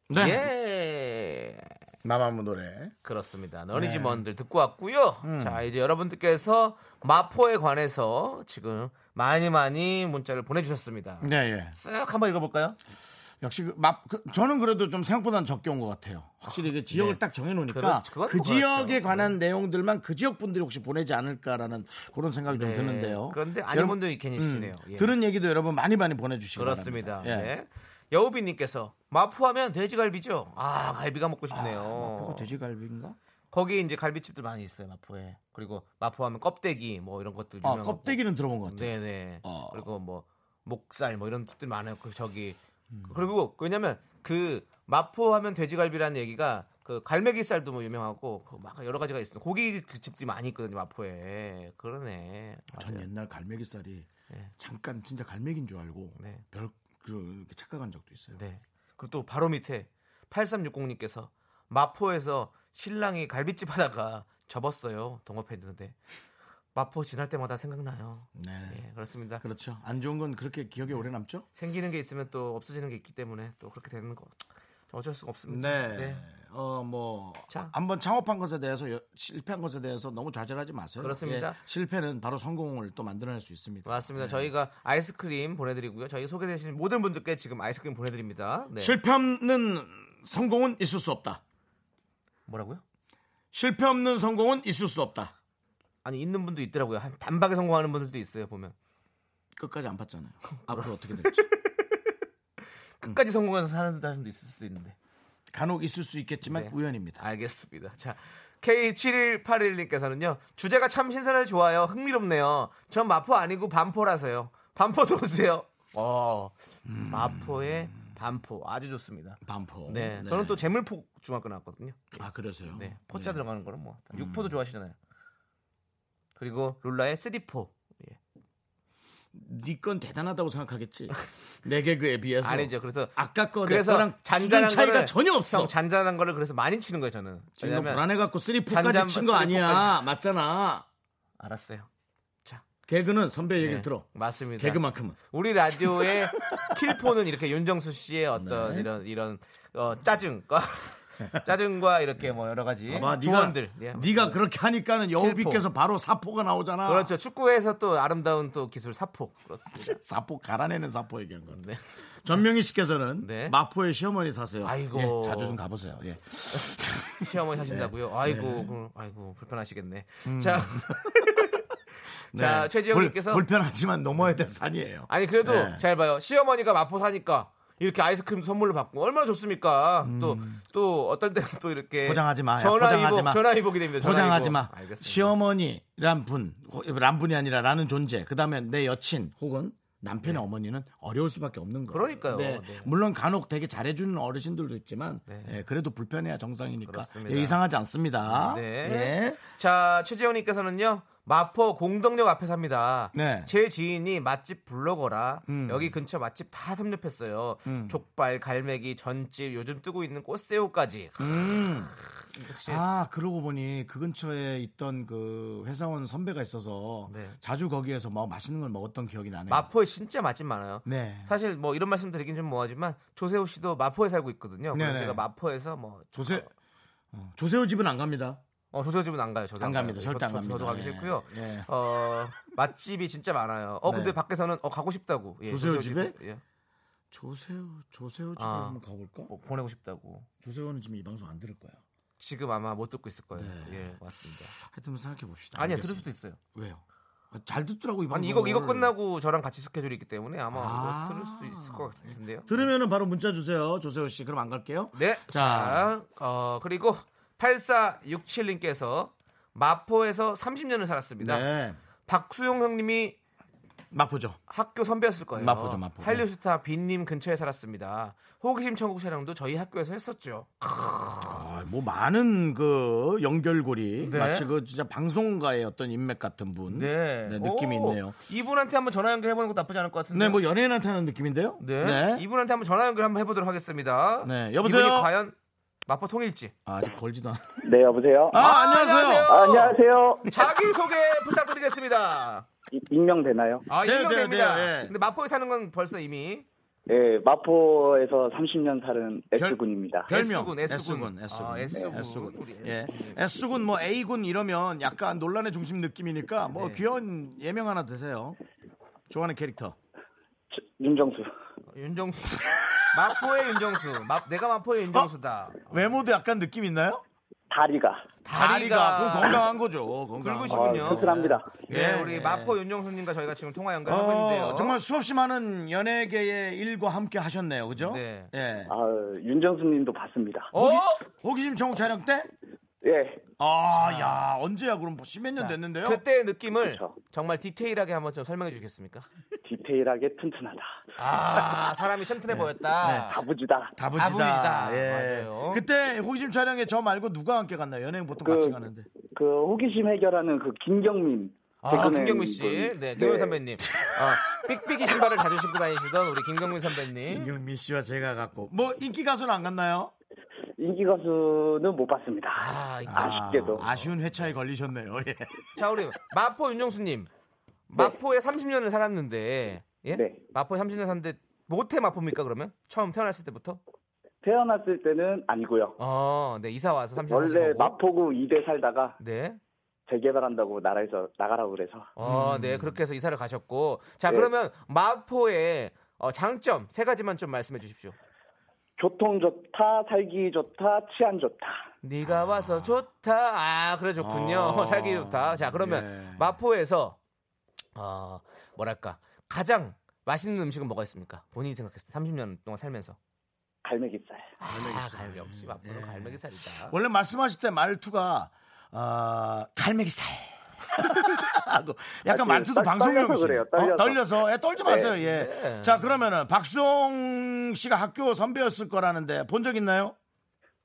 네. 네. 예. 마마무 노래. 그렇습니다. 넌 네. 이즈 먼들 듣고 왔고요. 음. 자 이제 여러분들께서 마포에 관해서 지금 많이 많이 문자를 보내주셨습니다. 네, 예. 쓱 한번 읽어볼까요? 역시 그 마, 그- 저는 그래도 좀 생각보다는 적게 온 것 같아요. 확실히 이게 지역을 네. 딱 정해놓으니까 그렇- 그 그건 또 지역에 그렇죠. 관한 내용들만 그 지역 분들이 혹시 보내지 않을까라는 그런 생각이 좀 네. 드는데요. 그런데 아닌 여러분- 음, 분도 괜히 있으네요. 예. 들은 얘기도 여러분 많이 많이 보내주시기 그렇습니다. 바랍니다. 예. 네. 여우비님께서 마포하면 돼지갈비죠. 아 갈비가 먹고 싶네요. 어. 마포가 돼지갈비인가? 거기 이제 갈비집들 많이 있어요 마포에. 그리고 마포하면 껍데기 뭐 이런 것들 아, 유명하고. 껍데기는 들어본 것 같아요. 네네. 어. 그리고 뭐 목살 뭐 이런 집들 많아요. 그 저기 음. 그리고 왜냐면 그 마포하면 돼지갈비라는 얘기가 그 갈매기살도 뭐 유명하고 그막 여러 가지가 있어요. 고기 그 집들이 많이 있거든요 마포에. 그러네. 전 맞아요. 옛날 갈매기살이 잠깐 진짜 갈매기인 줄 알고 네. 별 그렇게 착각한 적도 있어요. 네. 그리고 또 바로 밑에 8360님께서 마포에서 신랑이 갈비집 하다가 접었어요. 동업해 있는데 마포 지날 때마다 생각나요. 네. 예, 그렇습니다. 그렇죠. 안 좋은 건 그렇게 기억에 오래 남죠? 생기는 게 있으면 또 없어지는 게 있기 때문에 또 그렇게 되는 거 어쩔 수가 없습니다. 네. 어, 뭐, 자. 한번 창업한 것에 대해서, 여- 실패한 것에 대해서 너무 좌절하지 마세요. 그렇습니다. 예, 실패는 바로 성공을 또 만들어낼 수 있습니다. 맞습니다. 네. 저희가 아이스크림 보내드리고요. 저희 소개되신 모든 분들께 지금 아이스크림 보내드립니다. 네. 실패 없는 성공은 있을 수 없다. 뭐라고요? 실패 없는 성공은 있을 수 없다. 아니 있는 분도 있더라고요. 한- 단박에 성공하는 분들도 있어요. 보면 끝까지 안 팠잖아요. 앞으로 어떻게 될지. 끝까지 성공해서 사는 사람도 있을 수도 있는데. 간혹 있을 수 있겠지만 네. 우연입니다. 알겠습니다. 자, K7181님께서는요. 주제가 참 신선해 좋아요. 흥미롭네요. 전 마포 아니고 반포라서요. 반포도 오세요. 어, 마포의 반포 아주 좋습니다. 반포. 네, 저는 또 재물포 중학교 나왔거든요. 아, 그러세요? 네, 포차 들어가는 거는 뭐 음. 육포도 좋아하시잖아요. 그리고 룰라의 쓰리포. 예. 네 니건 대단하다고 생각하겠지. 내 개그에 비해서. 아니죠. 그래서 아까 거 그래서 그래서 잔잔한 잔잔한 차이가 거를, 전혀 없어. 형, 잔잔한 거를 그래서 많이 치는 거예요 저는. 지금 너 왜냐면- 불안해갖고 쓰리포까지 잔잔- 친 거 아니야. 맞잖아. 알았어요. 자, 개그는 선배 얘기를 네, 들어. 맞습니다. 개그만큼은. 우리 라디오의 킬포는 이렇게 윤정수 씨의 어떤 네. 이런 이런 어, 짜증과 짜증과 이렇게 뭐 여러 가지 봐봐, 조언들. 네가 예. 네가 그렇게 하니까는 여우비께서 바로 사포가 나오잖아. 그렇죠. 축구에서 또 아름다운 또 기술 사포 그렇습니다. 사포 갈아내는 사포 얘기한 건. 네. 전명희 씨께서는 네. 마포에 시어머니 사세요. 아이고. 예, 자주 좀 가보세요. 예. 시어머니 네. 사신다고요? 아이고, 그럼- 아이고 불편하시겠네. 자, 자 음. 네. 최지영님께서 불, 불편하지만 넘어야 될 산이에요. 아니 그래도 네. 잘 봐요. 시어머니가 마포 사니까 이렇게 아이스크림 선물로 받고 얼마나 좋습니까? 또 또 어떨 때는 또 이렇게 포장하지 음. 마요. 전화 포장하지 이복 마. 전화 이복이 됩니다. 네, 전화 포장하지 이복. 마. 알겠습니다. 시어머니란 분, 호- 란 분이 아니라 라는 존재. 그 다음에 내 여친 혹은 남편의 어머니는 어려울 수밖에 없는 거예요. 네. 그러니까요. 네. 네. 물론 간혹 되게 잘해주는 어르신들도 있지만 네. 예, 그래도 불편해야 정상이니까 그렇습니다. 예, 이상하지 않습니다. 네. 예. 자, 최재원님께서는요. 마포 공덕역 앞에 삽니다. 네. 음. 제 지인이 맛집 불러거라. 여기 근처 맛집 다 섭렵했어요. 족발, 갈매기, 전집, 요즘 뜨고 있는 꽃새우까지. 음. 역시 아 그러고 보니 그 근처에 있던 그 회사원 선배가 있어서 네. 자주 거기에서 뭐 맛있는 걸 먹었던 기억이 나네요. 마포에 진짜 맛집 많아요. 네. 사실 뭐 이런 말씀 드리긴 좀 뭐하지만 조세호 씨도 마포에 살고 있거든요. 그래서 네네. 제가 마포에서 뭐 조세 어, 조세호 집은 안 갑니다. 어, 조세호 집은 안 가요. 저도 안 가요. 갑니다. 저- 절대 안 저- 저도 갑니다. 가기 예. 싫고요. 예. 어, 맛집이 진짜 많아요. 어, 근데 네. 밖에서는 어, 가고 싶다고. 예, 조세호 집에? 집에? 예. 조세호 조세호 집에 아. 한번 가볼까? 뭐 보내고 싶다고. 조세호는 지금 이 방송 안 들을 거야. 지금 아마 못 듣고 있을 거예요. 네. 예, 맞습니다. 하여튼 생각해 봅시다. 아니야, 들을 수도 있어요. 왜요? 아, 잘 듣더라고 이 방송. 아니 이거 이거 끝나고 저랑 같이 스케줄이 있기 때문에 아마 아. 이거 들을 수 있을 것 같은데요. 들으면은 바로 문자 주세요, 조세호 씨. 그럼 안 갈게요. 네. 자. 자, 어, 그리고 8467님께서 마포에서 30년을 살았습니다. 네, 박수용 형님이 마포죠. 학교 선배였을 거예요. 마포죠, 네. 마포. 한류스타 빈님 근처에 살았습니다. 호기심 천국 촬영도 저희 학교에서 했었죠. 아, 뭐 많은 그 연결고리 네. 마치 그 진짜 방송가의 어떤 인맥 같은 분. 느낌이 오, 네. 있네요. 이분한테 한번 전화 연결해보는 것도 나쁘지 않을 것 같은데. 네, 뭐 연예인한테 하는 느낌인데요. 네. 이분한테 한번 전화 연결 한번 해보도록 하겠습니다. 네, 여보세요? 이분이 과연 마포 통일지. 아, 아직 걸지도 않. 네, 여보세요? 아, 안녕하세요. 어. 안녕하세요. 자기 소개 부탁드리겠습니다. 이- 임명되나요? 아, 네, 일명됩니다. 네, 네, 네. 근데 마포에 사는 건 벌써 이미 네, 마포에서 30년 살은 S군입니다. 별명 S군, S군, S군. S군, 아, S군. 우리 S군. 예, S군 뭐 A군 이러면 약간 논란의 중심 느낌이니까 뭐 네. 귀여운 예명 하나 드세요. 좋아하는 캐릭터. 저- 윤정수. 윤정수. 마포의 윤정수. 마, 내가 마포의 윤정수다. 외모도 약간 느낌 있나요? 다리가. 그건 건강한 거죠. 건강한 거. 굵으시군요. 튼튼합니다. 예, 예, 우리 예. 마포 윤정수님과 저희가 지금 통화 아, 연결하고 어, 있는데요. 정말 수없이 많은 연예계의 일과 함께 하셨네요. 그죠? 네. 예. 아, 윤정수 님도 봤습니다. 어? 호기심 청국 촬영 때? 예. 아, 야, 언제야? 그럼 뭐 십몇 년 됐는데요? 그때의 느낌을 그쵸. 정말 디테일하게 한번 좀 설명해 주시겠습니까? 디테일하게 튼튼하다. 아, 사람이 네. 튼튼해 보였다. 다부지다. 다부지다. 다부지다. 예. 맞아요. 그때 호기심 촬영에 저 말고 누가 함께 갔나요? 연예인 보통 그- 같이 가는데. 그 호기심 해결하는 그 김경민. 아, 댓글에 김경민 씨. 그- 네, 김경민 선배님. 어, 삑삑이 신발을 자주 신고 다니시던 우리 김경민 선배님. 김경민 씨와 제가 갔고 뭐 인기 가수는 안 갔나요? 인기 가수는 못 봤습니다. 아, 이거. 아쉽게도. 아, 쉬운 회차에 걸리셨네요. 예. 자, 우리 마포 윤정수님. 마포에 30년을 살았는데, 예? 네. 마포에 30년 살았는데, 못해 마포입니까, 그러면? 처음 태어났을 때부터? 태어났을 때는 아니고요. 어, 네, 이사 와서 30년 원래 사신 거고. 마포구 2대 살다가 네. 재개발한다고 나라에서 나가라고 그래서 어, 네, 그렇게 해서 이사를 가셨고. 자, 음. 네. 그러면 마포의 어, 장점 세 가지만 좀 말씀해 주십시오. 교통 좋다, 살기 좋다, 치안 좋다. 네가 와서 좋다. 아, 그래 좋군요. 어. 살기 좋다. 자, 그러면 예. 마포에서 어, 뭐랄까? 가장 맛있는 음식은 뭐가 있습니까? 본인이 생각했을 때 30년 동안 살면서. 갈매기살. 아, 갈 역시 마포는 갈매기살이다. 원래 말씀하실 때 말투가 아, 갈매기살. 하고 약간 아, 그 말투도 떨- 방송용이시 떨려서 그래요, 떨려서. 떨려서 예, 떨지 마세요. 예. 네. 자 그러면은 박수홍 씨가 학교 선배였을 거라는데 본 적 있나요?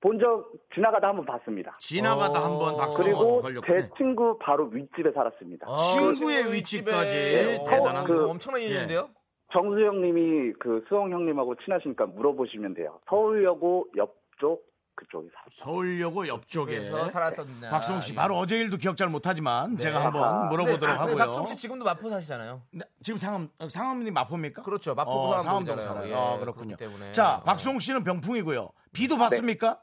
본 적 지나가다 한번 봤습니다. 지나가다 어. 한번 박수홍 그리고 아, 걸렸군요. 제 친구 바로 윗집에 살았습니다. 아. 어, 친구의 친구 윗집까지. 윗집에. 어, 대단한 그- 거 엄청난 인연인데요. 정수 형님이 그 수홍 형님하고 친하시니까 물어보시면 돼요. 서울여고 옆쪽 그쪽에 살았어요. 서울여고 옆쪽에 그래서 살았었나. 박수홍 씨 예. 네. 바로 어제 일도 기억 잘 못하지만 제가 한번 아하. 물어보도록 근데- 하고요. 근데 네. 박수홍 씨 지금도 마포 사시잖아요. 네, 지금 상암 어, 상암이 마포입니까? 그렇죠. 마포 어, 상암동이잖아요. 살아요. 예, 아, 그렇군요. 그렇기 때문에. 자, 어. 네. 박수홍 씨는 병풍이고요. 비도 봤습니까?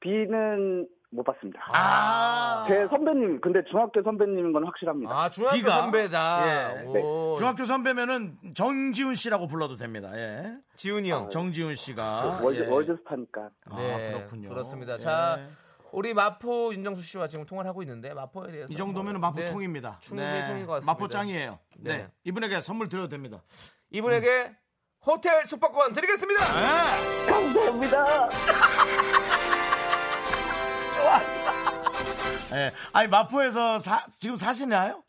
비는 못 봤습니다. 아, 제 선배님, 근데 중학교 선배님인 건 확실합니다. 아 중학교 비가? 선배다. 예. 오, 중학교 선배면은 정지훈 씨라고 불러도 됩니다. 예. 지훈이 형. 정지훈 씨가 어, 월드, 예. 월드스타니까. 아, 네, 그렇군요. 그렇습니다. 예. 자, 우리 마포 윤정수 씨와 지금 통화를 하고 있는데 마포에 대해서 이 정도면 은 뭐, 마포 네, 통입니다. 충분히 통인 것 같습니다. 마포 짱이에요. 네. 네. 이분에게 선물 드려도 됩니다. 이분에게 음. 호텔 숙박권 네? 드리겠습니다. 감사합니다. 예. 아니 마포에서 사- 지금 사시나요?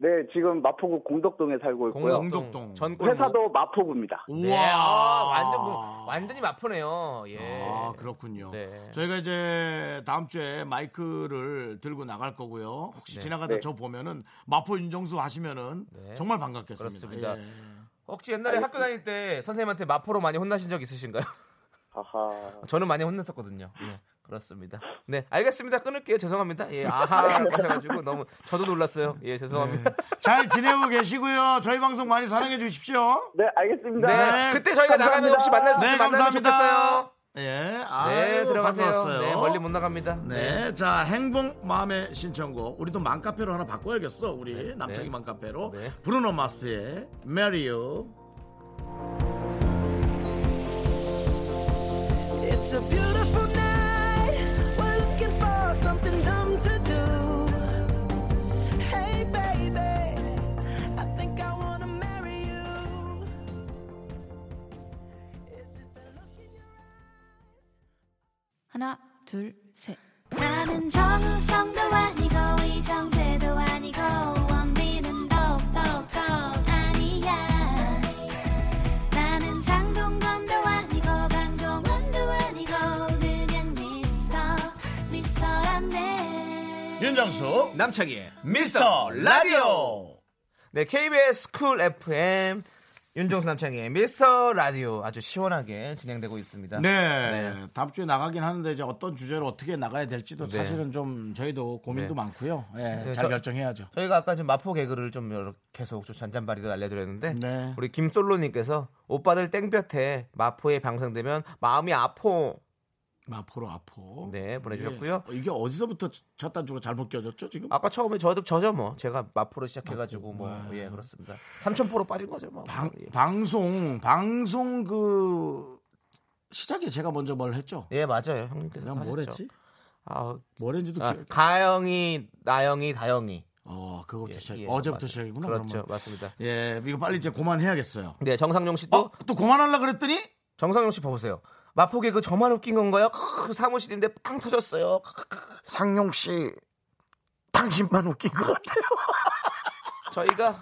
네, 지금 마포구 공덕동에 살고 있고요. 공덕동. 전골목. 회사도 마포구입니다. 네, 아, 완전 그- 완전히 마포네요. 예. 아 그렇군요. 네. 저희가 이제 다음 주에 마이크를 들고 나갈 거고요. 혹시 지나가다 네. 저 보면은 마포 윤정수 하시면은 네. 정말 반갑겠습니다. 그렇습니다. 예. 혹시 옛날에 학교 다닐 때 선생님한테 마포로 많이 혼나신 적 있으신가요? 아하. 저는 많이 혼났었거든요. 네, 그렇습니다. 네, 알겠습니다. 끊을게요. 죄송합니다. 예, 아하 하셔가지고 너무 저도 놀랐어요. 예, 죄송합니다. 잘 지내고 계시고요. 저희 방송 많이 사랑해 주십시오. 네, 알겠습니다. 네, 그때 저희가 나가면 혹시 만날 수 네, 있으면 만나면 감사합니다. 좋겠어요. 예, 네, 아유, 들어가세요. 반가웠어요. 네, 멀리 못 나갑니다. 네, 자 행복 마음의 신청곡 우리도 맘카페로 하나 바꿔야겠어 우리 남창희 네. 맘카페로 네. 브루노 마스의 메리오 It's a beautiful night. We're looking for something dumb to do. Hey, baby, 하나, 둘, 셋. 나는 정우성도 아니고 이정재도 아니고 원빈은 더욱더 아니야 나는 장동건도 아니고 강동원도 아니고 그냥 미스터 미스터란데 네. 윤정수 남창희의 미스터 라디오 네, KBS 쿨 FM 윤종수 남창희의 미스터 라디오 아주 시원하게 진행되고 있습니다. 네, 다음 주에 나가긴 하는데 이제 어떤 주제로 어떻게 나가야 될지도 네. 사실은 좀 저희도 고민도 네. 많고요. 예, 네, 잘 저- 결정해야죠. 저희가 아까 지금 마포 개그를 좀 여러- 계속 좀 잔잔바리도 알려드렸는데 네. 우리 김솔로님께서 오빠들 땡볕에 마포에 방송되면 마음이 아포 마포로 아포. 네 보내주셨고요. 예. 이게 어디서부터 첫 단추가 잘못 껴졌죠 지금? 아까 처음에 저도 저죠 뭐 제가 마포로 시작해가지고 뭐 예 그렇습니다. 삼천포로 빠진 거죠 뭐. 아. 방, 예. 방송 방송 그 시작에 제가 먼저 뭘 했죠? 예 맞아요 형님께서 내가 뭘 하셨죠. 했지? 아, 뭘 했는지도 아, 기억. 가영이 나영이 다영이 어, 그거부터 예, 시작. 예, 어제부터 맞아요. 시작이구나. 그렇죠 그러면. 맞습니다. 예, 이거 빨리 이제 그만해야겠어요. 네 정상용 씨도 어, 또 그만하려 그랬더니 정상용 씨 봐보세요. 마포 개그 저만 웃긴 건가요? 크크, 사무실인데 빵 터졌어요. 크크크. 상용 씨 당신만 웃긴 것 같아요. 저희가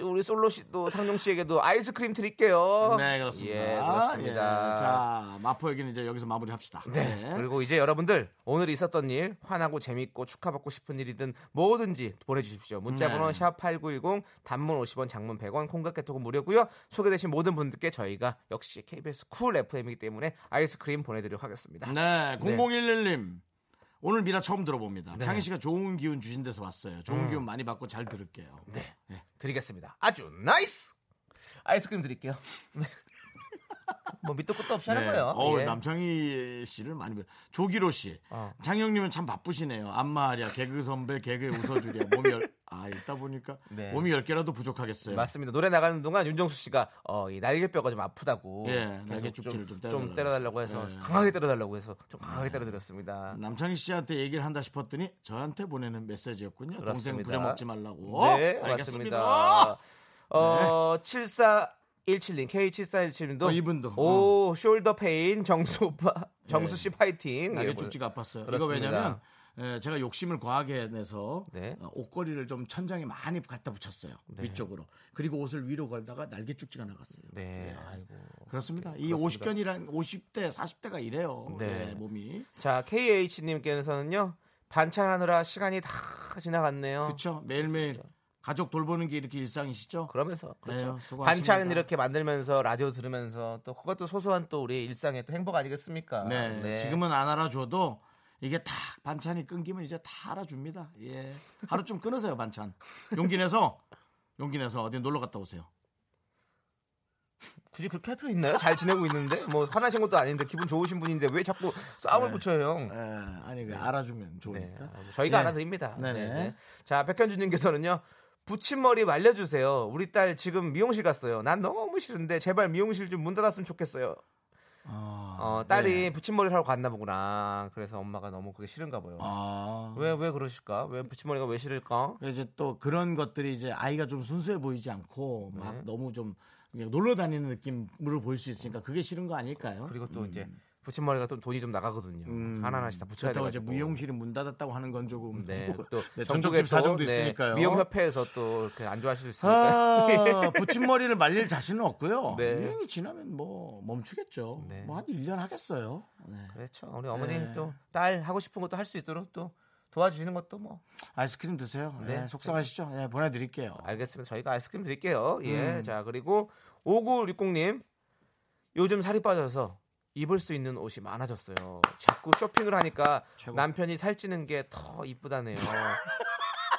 우리 솔로 씨도 상용 씨에게도 아이스크림 드릴게요. 네, 그렇습니다. 예, 그렇습니다. 예, 자, 마포 얘기는 이제 여기서 마무리합시다. 네. 그리고 이제 여러분들 오늘 있었던 일 화나고 재밌고 축하받고 싶은 일이든 뭐든지 보내주십시오. 문자번호 네. 샵 #8910 단문 50원, 장문 100원, 콩깍개톡은 무료고요. 소개되신 모든 분들께 저희가 역시 KBS 쿨 FM이기 때문에 아이스크림 보내드리도록 하겠습니다. 네, 0011님. 오늘 미라 처음 들어봅니다. 네. 음. 창희 씨가 좋은 기운 주신 데서 왔어요. 좋은 기운 많이 받고 잘 들을게요. 네, 드리겠습니다. 아주 나이스. 아이스크림 드릴게요. 네. 뭐 밑도 끝도 없이 하는 거예요. 어, 예. 남창희 씨를 많이 배- 조기로 씨. 어. 창영님은 참 바쁘시네요. 안마하랴, 개그 선배, 개그에 웃어주랴. 몸이 열, 아, 읽다 보니까 네. 몸이 열 개라도 부족하겠어요. 맞습니다. 노래 나가는 동안 윤정수 씨가 어, 이 날개뼈가 좀 아프다고 예, 계속 날개죽지를 좀 때려달라고 때려달라고 해서 했어요. 예. 네. 음, 강하게 때려달라고 해서 좀 강하게 때려드렸습니다. 남창희 씨한테 얘기를 한다 싶었더니 저한테 보내는 메시지였군요. 동생 그렇습니다. 부려먹지 말라고. 네, 알겠습니다. 네. 맞습니다. 어, 7417님, K7417님도 어, 이분도. 어. 예. 오, 숄더 페인 정수 오빠. 정수 씨 파이팅. 날개 예, 쪽지가 아팠어요. 이거 그렇습니다. 왜냐면 에, 제가 욕심을 과하게 내서 네. 어, 옷걸이를 좀 천장에 많이 갖다 붙였어요. 위쪽으로. 그리고 옷을 위로 걸다가 날개 쪽지가 나갔어요. 예, 네, 아이고. 그렇습니다. 이 그렇습니다. 50견이란 50대, 40대가 이래요. 네. 예, 몸이. 자, KH님께서는요. 반찬하느라 시간이 다 지나갔네요. 그렇죠. 매일매일 가족 돌보는 게 이렇게 일상이시죠? 그러면서 그렇죠. 네, 수고하십니다. 반찬 이렇게 만들면서 라디오 들으면서 또 그것도 소소한 또 우리 일상의 또 행복 아니겠습니까? 네. 네. 지금은 안 알아줘도 이게 다 반찬이 끊기면 이제 다 알아줍니다. 예. 하루 좀 끊으세요, 반찬. 용기 내서 용기 내서 어디 놀러 갔다 오세요. 굳이 그렇게 할 필요 있나요? 잘 지내고 있는데 뭐 화나신 것도 아닌데 기분 좋으신 분인데 왜 자꾸 싸움을 네. 붙여요? 형? 예, 아니 그 알아주면 네. 좋으니까. 저희가 네. 알아드립니다. 네네. 네, 네. 자 백현주님께서는요. 붙임머리 말려주세요. 우리 딸 지금 미용실 갔어요. 난 너무 싫은데 제발 미용실 좀 문 닫았으면 좋겠어요. 아, 어, 딸이 붙임머리를 하러 갔나 보구나. 그래서 엄마가 너무 그게 싫은가 봐요. 아. 왜 왜 그러실까? 왜 붙임머리가 왜 싫을까? 그래서 이제 또 그런 것들이 이제 아이가 좀 순수해 보이지 않고 막 네. 너무 좀 그냥 놀러 다니는 느낌으로 보일 수 있으니까 그게 싫은 거 아닐까요? 그리고 또 이제 붙임머리가 또 돈이 좀 나가거든요. 하나하나씩 다 붙여야 음. 그렇다고 돼가지고. 이제 무용실이 문 닫았다고 하는 건 조금 네, 또 네, 전국에 전통집 사정도 또, 네, 있으니까요. 미용협회에서 또 이렇게 안 좋아하실 수 있으니까. 아, 붙임머리를 말릴 자신은 없고요. 네. 유행이 지나면 뭐 멈추겠죠. 네. 뭐 한 1년 하겠어요. 네. 그렇죠. 우리 어머니 네. 또 딸 하고 싶은 것도 할 수 있도록 또 도와주시는 것도 뭐 아이스크림 드세요. 네, 네. 속상하시죠? 네, 보내드릴게요. 알겠습니다. 저희가 아이스크림 드릴게요. 예. 음. 자, 그리고 5960님. 요즘 살이 빠져서 입을 수 있는 옷이 많아졌어요. 자꾸 쇼핑을 하니까 최고. 남편이 살찌는 게 더 이쁘다네요.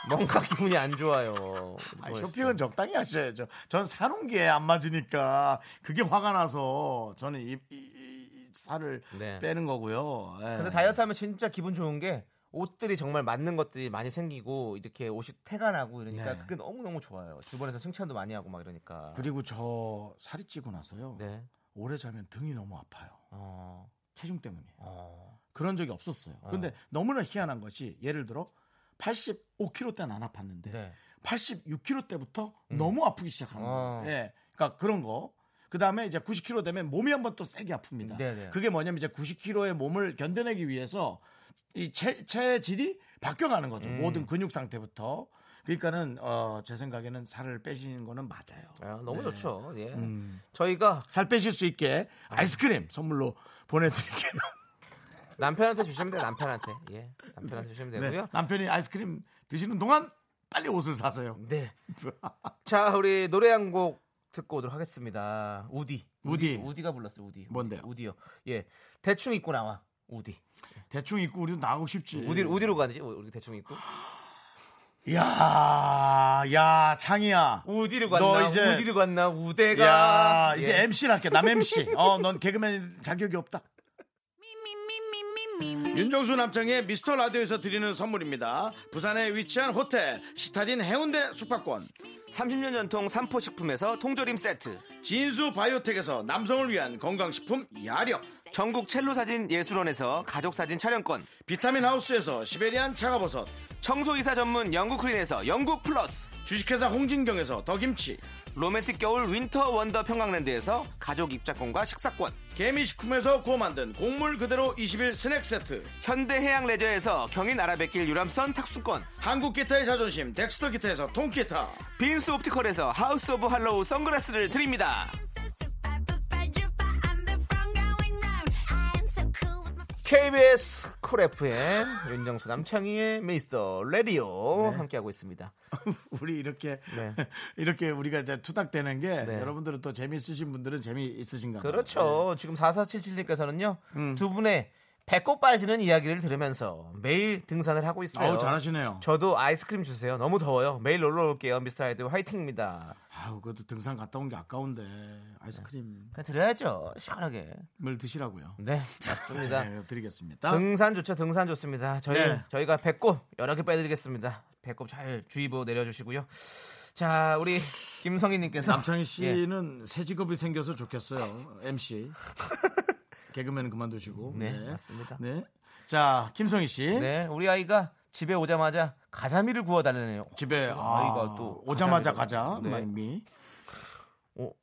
뭔가 기분이 안 좋아요. 아니, 쇼핑은 적당히 하셔야죠. 전 사는 게 안 맞으니까 그게 화가 나서 저는 이, 이- 이- 이 살을 네. 빼는 거고요. 예. 근데 다이어트 하면 진짜 기분 좋은 게 옷들이 정말 맞는 것들이 많이 생기고 이렇게 옷이 태가 나고 이러니까 네. 그게 너무너무 좋아요. 주변에서 칭찬도 많이 하고 막 이러니까. 그리고 저 살이 찌고 나서요. 네. 오래 자면 등이 너무 아파요. 어. 체중 때문이에요. 어. 그런 적이 없었어요. 아. 근데 너무나 희한한 것이 예를 들어 85kg 때는 안 아팠는데 네. 86kg 때부터 너무 아프기 시작한 어. 거예요. 예. 그러니까 그런 거. 그 다음에 이제 90kg 되면 몸이 한번 또 세게 아픕니다. 네네. 그게 뭐냐면 이제 90kg의 몸을 견뎌내기 위해서 이 체, 체질이 바뀌어가는 거죠. 음. 모든 근육 상태부터. 그러니까는 어, 제 생각에는 살을 빼시는 거는 맞아요. 아, 너무 네. 좋죠. 예. 음. 저희가 살 빼실 수 있게 아이스크림 선물로 보내드릴게요. 남편한테 주시면 돼요. 남편한테. 예. 남편한테 주시면 네, 되고요. 남편이 아이스크림 드시는 동안 빨리 옷을 사세요. 네. 자, 우리 노래 한 곡 듣고 오도록 하겠습니다. 우디. 우디. 우디가 불렀어요. 우디. 뭔데요? 우디요. 예. 대충 입고 나와. 우디. 대충 입고 우리도 나가고 싶지. 우디 우디로 가지. 우리 대충 입고. 야, 야, 창이야. 우디로 너 갔나? 이제- 우디로 갔나? 우대가. 예. 야, 이제 MC를 할게. 남 MC. 어, 넌 개그맨 자격이 없다. 윤정수 남창의 미스터 라디오에서 드리는 선물입니다. 부산에 위치한 호텔 시타딘 해운대 숙박권, 30년 전통 삼포 식품에서 통조림 세트. 진수 바이오텍에서 남성을 위한 건강식품 야력, 전국 첼로 사진 예술원에서 가족 사진 촬영권. 비타민 하우스에서 시베리안 차가버섯, 청소 이사 전문 영국 크린에서 영국 플러스. 주식회사 홍진경에서 더김치, 로맨틱 겨울 윈터 원더 평강랜드에서 가족 입자권과 식사권. 개미식품에서 구워 만든 곡물 그대로 21 스낵 세트, 현대 해양 레저에서 경인 아라뱃길 유람선 탁수권. 한국 기타의 자존심 덱스터 기타에서 통기타, 빈스 옵티컬에서 하우스 오브 할로우 선글라스를 드립니다. KBS 쿨 FM 윤정수 남창희의 미스터 레디오 함께하고 있습니다. 우리 이렇게 네. 이렇게 우리가 이제 투닥대는 게 네. 여러분들은 또 재미있으신 분들은 재미있으신가 봐요. 그렇죠. 음. 지금 4477님께서는요. 두 분의 배꼽 빠지는 이야기를 들으면서 매일 등산을 하고 있어요. 아우, 잘하시네요. 저도 아이스크림 주세요. 너무 더워요. 매일 놀러 올게요. 미스터 라디오 화이팅입니다. 아우 그래도 등산 갔다 온 게 아까운데 아이스크림을 그냥 드려야죠. 시원하게. 드시라고요. 네, 맞습니다. 네, 드리겠습니다. 등산 좋죠. 등산 좋습니다. 저희 네. 저희가 배꼽 여러 개 빼드리겠습니다. 배꼽 잘 주의보 내려주시고요. 자, 우리 김성희님께서 남창희 예. 씨는 새 직업이 생겨서 좋겠어요. MC 개그맨 그만두시고. 네, 맞습니다. 네. 자 김성희 씨 네, 우리 아이가 집에 오자마자 가자미를 구워 달래네요. 집에 아이가 또 오자마자 가자미라고. 가자. 네. 말미 오,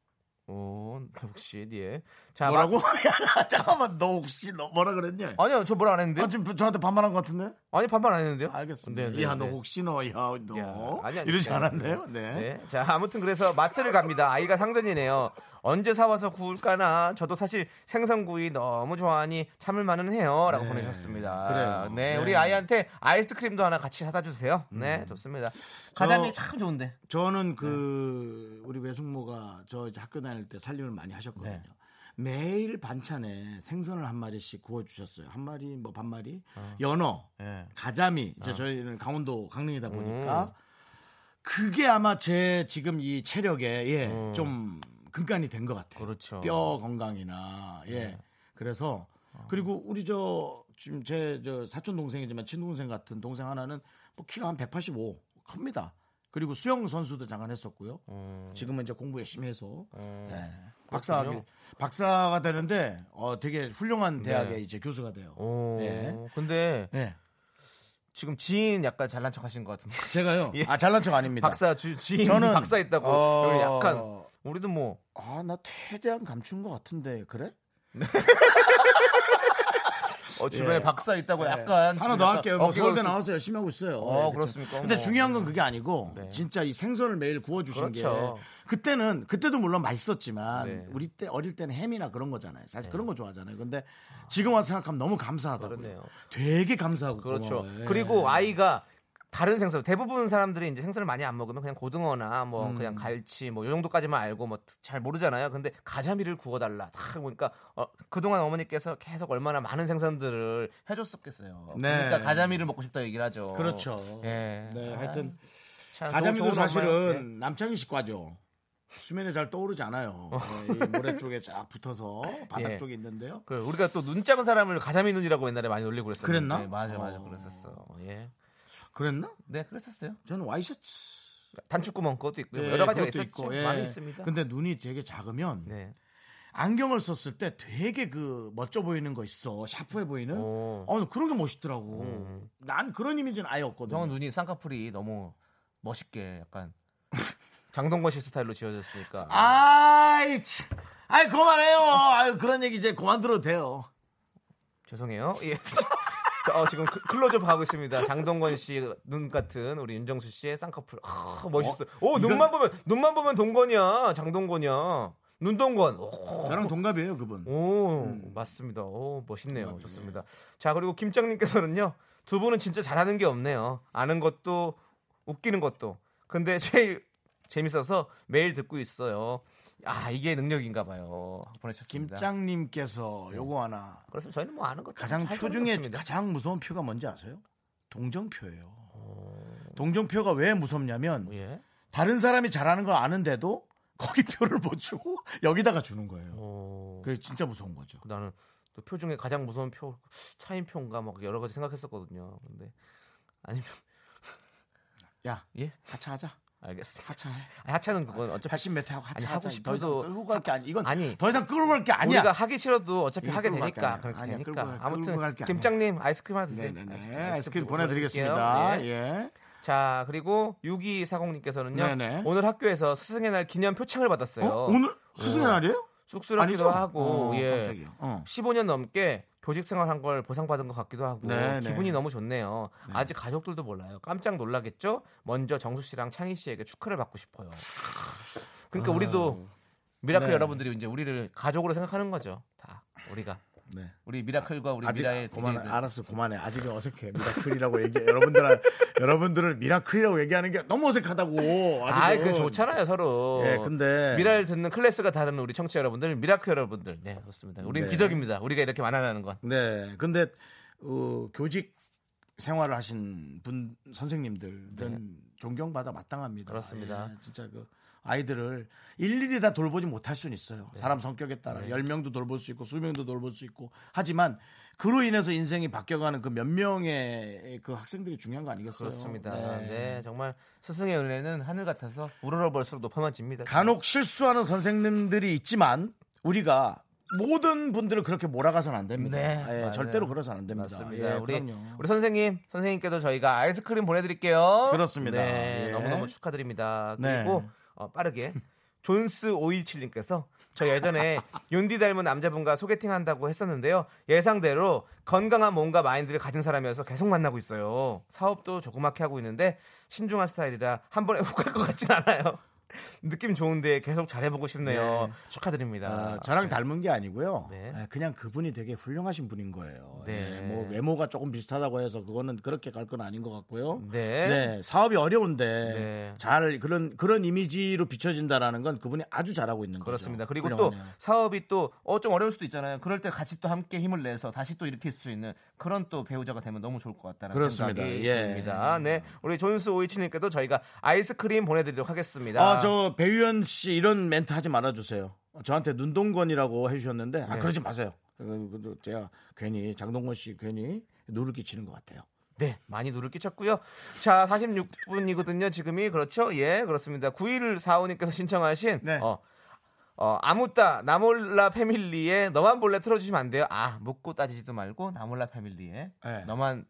오, 혹시 예. 자, 뭐라고? 야, 잠깐만 너 혹시 너 뭐라 그랬냐? 마- 아니요, 저 뭐라 안 했는데. 아, 지금 저한테 반말한 것 같은데? 아니 반말 안 했는데요. 알겠습니다. 네, 네, 야, 너 네. 혹시 너, 야, 너. 야, 아니, 아니, 이러지 네. 않았나요? 네. 네. 자, 아무튼 그래서 마트를 갑니다. 아이가 상전이네요. 언제 사와서 구울까나? 저도 사실 생선구이 너무 좋아하니 참을만은 해요. 라고 보내셨습니다. 네. 그래요. 네, 네. 음. 우리 아이한테 아이스크림도 하나 같이 사다 주세요. 네, 좋습니다. 가자미 저- 참 좋은데. 저는 그, 우리 외숙모가 저 이제 학교 다닐 때 살림을 많이 하셨거든요. 네. 매일 반찬에 생선을 한 마리씩 구워주셨어요. 한 마리, 뭐 반마리, 연어, 네. 가자미. 이제 저희는 강원도, 강릉이다 보니까 그게 아마 제 지금 이 체력에 예, 좀 근간이 된 것 같아요. 그렇죠. 네. 뼈 건강이나 예. 그래서 그리고 우리 저 지금 제 저 사촌 동생이지만 친동 동생 같은 동생 하나는 뭐 키가 한 185 큽니다. 그리고 수영 선수도 잠깐 했었고요. 어. 지금은 이제 공부 열심히 해서 네. 예, 박사 박사가 되는데 어 되게 네. 훌륭한 대학의 이제 교수가 돼요. 오. 네. 근데 네. 지금 지인 약간 잘난 척 하신 것 같은데. 제가요. 예. 아 잘난 척 아닙니다. 박사, 지, 지인 저는- 박사 있다고. 어. 여기 약간. 우리도 뭐. 아 나 최대한 감춘 것 같은데 그래? 어, 주변에 예. 박사 있다고 약간 하나 지금 더 약간 할게요. 뭐 어깨가 서울대 있- 나와서 열심히 하고 있어요. 그렇죠. 어, 그렇습니까? 근데 뭐. 중요한 건 그게 아니고 네. 진짜 이 생선을 매일 구워 주신 그렇죠. 게 그때는 그때도 물론 맛있었지만 네. 우리 때 어릴 때는 햄이나 그런 거잖아요. 사실 그런 거 좋아하잖아요. 근데 지금 와서 생각하면 너무 감사하다고요. 그러네요. 되게 감사하고 그렇죠. 고마워요. 예. 그리고 아이가 다른 생선 대부분 사람들이 이제 생선을 많이 안 먹으면 그냥 고등어나 뭐 음. 그냥 갈치 뭐 이 정도까지만 알고 뭐 잘 모르잖아요. 근데 가자미를 구워달라. 다 보니까 어, 그동안 어머니께서 계속 얼마나 많은 생선들을 해줬었겠어요. 네. 그러니까 가자미를 먹고 싶다 얘기를 하죠. 그렇죠. 예. 네, 하여튼 참 가자미도 좋은 엄마예요. 네. 사실은 남창희 씨 과죠. 수면에 잘 떠오르지 않아요. 네, 이 모래 쪽에 쫙 붙어서 바닥 어. 예. 쪽에 있는데요. 그래, 우리가 또 눈 작은 사람을 가자미 눈이라고 옛날에 많이 놀리고 그랬었는데 네, 그랬나? 맞아 맞아 어. 그랬었어. 예. 그랬나? 네, 그랬었어요. 저는 와이셔츠 단추구멍 그것도 있고 예, 네, 여러 가지가 그것도 있었죠. 예. 많이 있습니다. 근데 눈이 되게 작으면 네. 안경을 썼을 때 되게 그 멋져 보이는 거 있어. 샤프해 보이는. 오. 어, 그런 게 멋있더라고. 음. 난 그런 이미지는 아예 없거든. 형은 눈이 쌍꺼풀이 너무 아! 멋있게 약간 장동건 씨 스타일로 지어졌으니까 아이 참. 아이 그만해요. 아유 그런 얘기 이제 그만 들어도 돼요. 죄송해요. 예. 자, 어, 지금 클- 클로즈업 하고 있습니다. 장동건 씨 눈 같은 우리 윤정수 씨의 쌍꺼풀. 아, 멋있어. 오, 눈만 보면 눈만 보면 동건이야. 장동건이야. 눈동건. 오, 저랑 동갑이에요 그분. 오, 음. 맞습니다. 오, 멋있네요. 좋습니다. 자, 그리고 김장님께서는요. 두 분은 진짜 잘하는 게 없네요. 아는 것도 웃기는 것도. 근데 제일 재밌어서 매일 듣고 있어요. 아, 이게 능력인가 봐요. 보내셨습니다. 김장님께서 요거 하나 그래서 저희는 뭐 아는 것 가장 표 중에 가장 무서운 표가 뭔지 아세요? 동정표예요. 어. 동정표가 왜 무섭냐면 예. 다른 사람이 잘하는 걸 아는데도 거기 표를 못 주고 여기다가 주는 거예요. 어, 그게 진짜 무서운 거죠. 나는 또 표 중에 가장 무서운 표 차인표인가 막 여러 가지 생각했었거든요. 근데 아니면 야, 예 하차하자. 알겠습니다. 하차해. 아, 하차는 그건 어차피 80m 하고 하차하자. 아니, 하고 더 이상 싶어도- 끌고 갈게 아니. 이건 아니. 더 이상 끌고 갈 게 아니야. 우리가 하기 싫어도 어차피 이거 하게 끌고 갈 되니까 게 아니야. 예, 그렇게 아니야, 되니까 끌고 갈- 아무튼 끌고 갈게 아니야. 김장님 아이스크림 하나 드세요. 네네네. 아이스크림, 아이스크림 드릴게요. 보내드리겠습니다. 네. 예. 자 그리고 6240님께서는요 네네. 오늘 학교에서 스승의 날 기념 표창을 받았어요. 어? 오늘 스승의 어. 날이에요? 쑥스럽기도 아니죠? 하고 어, 예. 깜짝이야. 어. 15년 넘게 교직 생활한 걸 보상받은 것 같기도 하고 네, 네. 기분이 너무 좋네요. 아직 가족들도 몰라요. 깜짝 놀라겠죠? 먼저 정수 씨랑 창희 씨에게 축하를 받고 싶어요. 그러니까 우리도 미라클 네. 여러분들이 이제 우리를 가족으로 생각하는 거죠. 다 우리가 네. 우리 미라클과 우리 네. 아직 미라의 그만 DJ들. 알았어 그만해 아직 어색해 미라클이라고 얘기 여러분들 여러분들을 미라클이라고 얘기하는 게 너무 어색하다고 아직 아이 그 좋잖아요 서로. 예, 근데- 미라를 듣는 클래스가 다른 우리 청취자 여러분들, 미라클 여러분들, 네 그렇습니다. 우리는 네. 기적입니다. 우리가 이렇게 만나는 건. 네 근데 어, 교직 생활을 하신 분 선생님들은 존경받아 마땅합니다 네. 그렇습니다. 예, 진짜 그 아이들을 일일이 다 돌보지 못할 수는 네. 있어요 사람 성격에 따라 열 10명도 돌볼 수 있고 수명도 돌볼 수 있고 하지만 그로 인해서 인생이 바뀌어가는 그 몇 명의 그 학생들이 중요한 거 아니겠어요 그렇습니다. 네. 네. 정말 스승의 은혜는 하늘 같아서 우러러 볼수록 높아만 집니다. 간혹 실수하는 선생님들이 있지만 우리가 모든 분들을 그렇게 몰아가선 안 됩니다. 네, 예, 맞아요. 절대로 그러선 안 됩니다. 맞습니다. 예, 우리 그럼요. 우리 선생님, 선생님께도 저희가 아이스크림 보내드릴게요. 그렇습니다. 네, 예. 너무너무 축하드립니다. 네. 그리고 어, 빠르게 존스 517님께서 저 예전에 윤디 닮은 남자분과 소개팅 한다고 했었는데요. 예상대로 건강한 몸과 마인드를 가진 사람이어서 계속 만나고 있어요. 사업도 조그맣게 하고 있는데 신중한 스타일이라 한 번에 훅 갈 것 같진 않아요. 느낌 좋은데 계속 잘해보고 싶네요. 네. 축하드립니다. 아, 저랑 닮은 게 아니고요. 네. 예, 그냥 그분이 되게 훌륭하신 분인 거예요. 네. 예, 뭐 외모가 조금 비슷하다고 해서 그거는 그렇게 갈 건 아닌 것 같고요. 네. 네, 사업이 어려운데 네. 잘 그런 그런 이미지로 비춰진다라는 건 그분이 아주 잘하고 있는 그렇습니다. 거죠. 그리고 또 훌륭하네요. 사업이 또 어 좀 어려울 수도 있잖아요. 그럴 때 같이 또 함께 힘을 내서 다시 또 일으킬 수 있는 그런 또 배우자가 되면 너무 좋을 것 같다는 그렇습니다. 생각이 예. 듭니다. 네, 우리 존스 오이치님께도 저희가 아이스크림 보내드리도록 하겠습니다. 아, 저 배유현 씨 이런 멘트 하지 말아 주세요. 저한테 눈동건이라고 해주셨는데 아 네. 그러지 마세요. 그, 그, 그, 제가 괜히 장동건 씨 괜히 누를 끼치는 것 같아요. 네, 많이 누를 끼쳤고요. 자, 46분이거든요. 지금이 그렇죠? 예, 그렇습니다. 9145님께서 신청하신 네. 어, 어, 아무따 나몰라 패밀리의 너만 볼래 틀어주시면 안 돼요. 아, 묻고 따지지도 말고 나몰라 패밀리의 네. 너만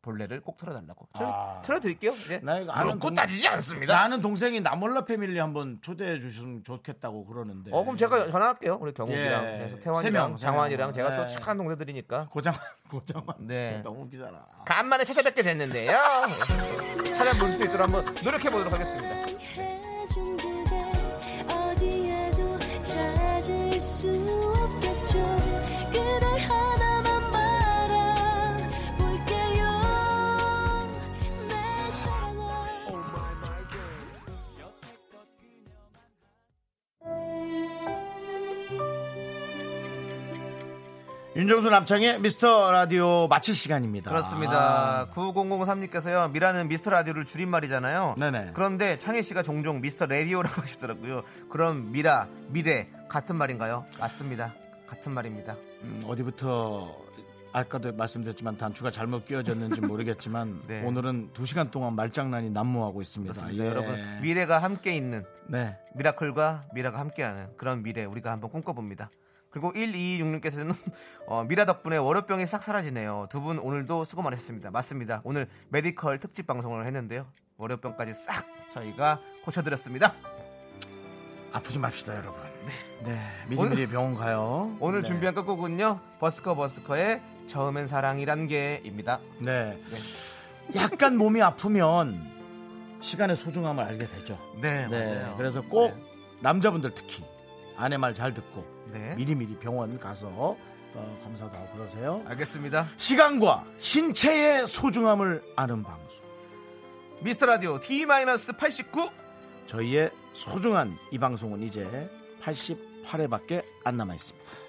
볼래를 꼭 틀어달라고. 저 아. 틀어드릴게요. 예. 나 이거 아는 묻고 동- 따지지 않습니다. 나는 동생이 나몰라 패밀리 한번 초대해 주시면 좋겠다고 그러는데. 어, 그럼 제가 전화할게요. 우리 경욱이랑 예. 그래서 세 태환이랑 명, 세 장환이랑 명. 제가 네. 또 착한 동생들이니까 고장만 고장만. 네. 진짜 너무 웃기잖아. 간만에 찾아뵙게 됐는데요. 찾아볼 수 있도록 한번 노력해 보도록 하겠습니다. 해준 그대 어디에도 찾을 수 없겠죠 그댈 하나만 바라볼게요 내 사랑을 윤정수 남창의 미스터 라디오 마칠 시간입니다. 아. 그렇습니다. 9003님께서요. 미라는 미스터 라디오를 줄임말이잖아요. 네네. 그런데 창희 씨가 종종 미스터 라디오라고 하시더라고요. 그럼 미라, 미래 같은 말인가요? 맞습니다. 같은 말입니다. 음, 어디부터 아까도 말씀드렸지만 단추가 잘못 끼워졌는지 모르겠지만 네. 오늘은 두 시간 동안 말장난이 난무하고 있습니다. 그렇습니다. 예. 네, 여러분, 미래가 함께 있는 네. 미라클과 미라가 함께하는 그런 미래 우리가 한번 꿈꿔봅니다. 그리고 1226님께서는 어, 미라 덕분에 월요병이 싹 사라지네요. 두 분 오늘도 수고 많으셨습니다. 맞습니다. 오늘 메디컬 특집 방송을 했는데요. 월요병까지 싹 저희가 고쳐드렸습니다. 아프지 맙시다, 여러분. 네, 미리미리 병원 가요. 오늘 네. 준비한 끝곡은요 버스커 버스커의 처음엔 사랑이란 게입니다. 네. 약간 몸이 아프면 시간의 소중함을 알게 되죠. 네, 네, 맞아요. 그래서 꼭 남자분들 특히 아내 말 잘 듣고 네. 네. 미리미리 병원 가서 어, 검사도 하고 그러세요. 알겠습니다. 시간과 신체의 소중함을 아는 방송. 미스터 라디오 D-89 저희의 소중한 이 방송은 이제 88회밖에 안 남아 있습니다.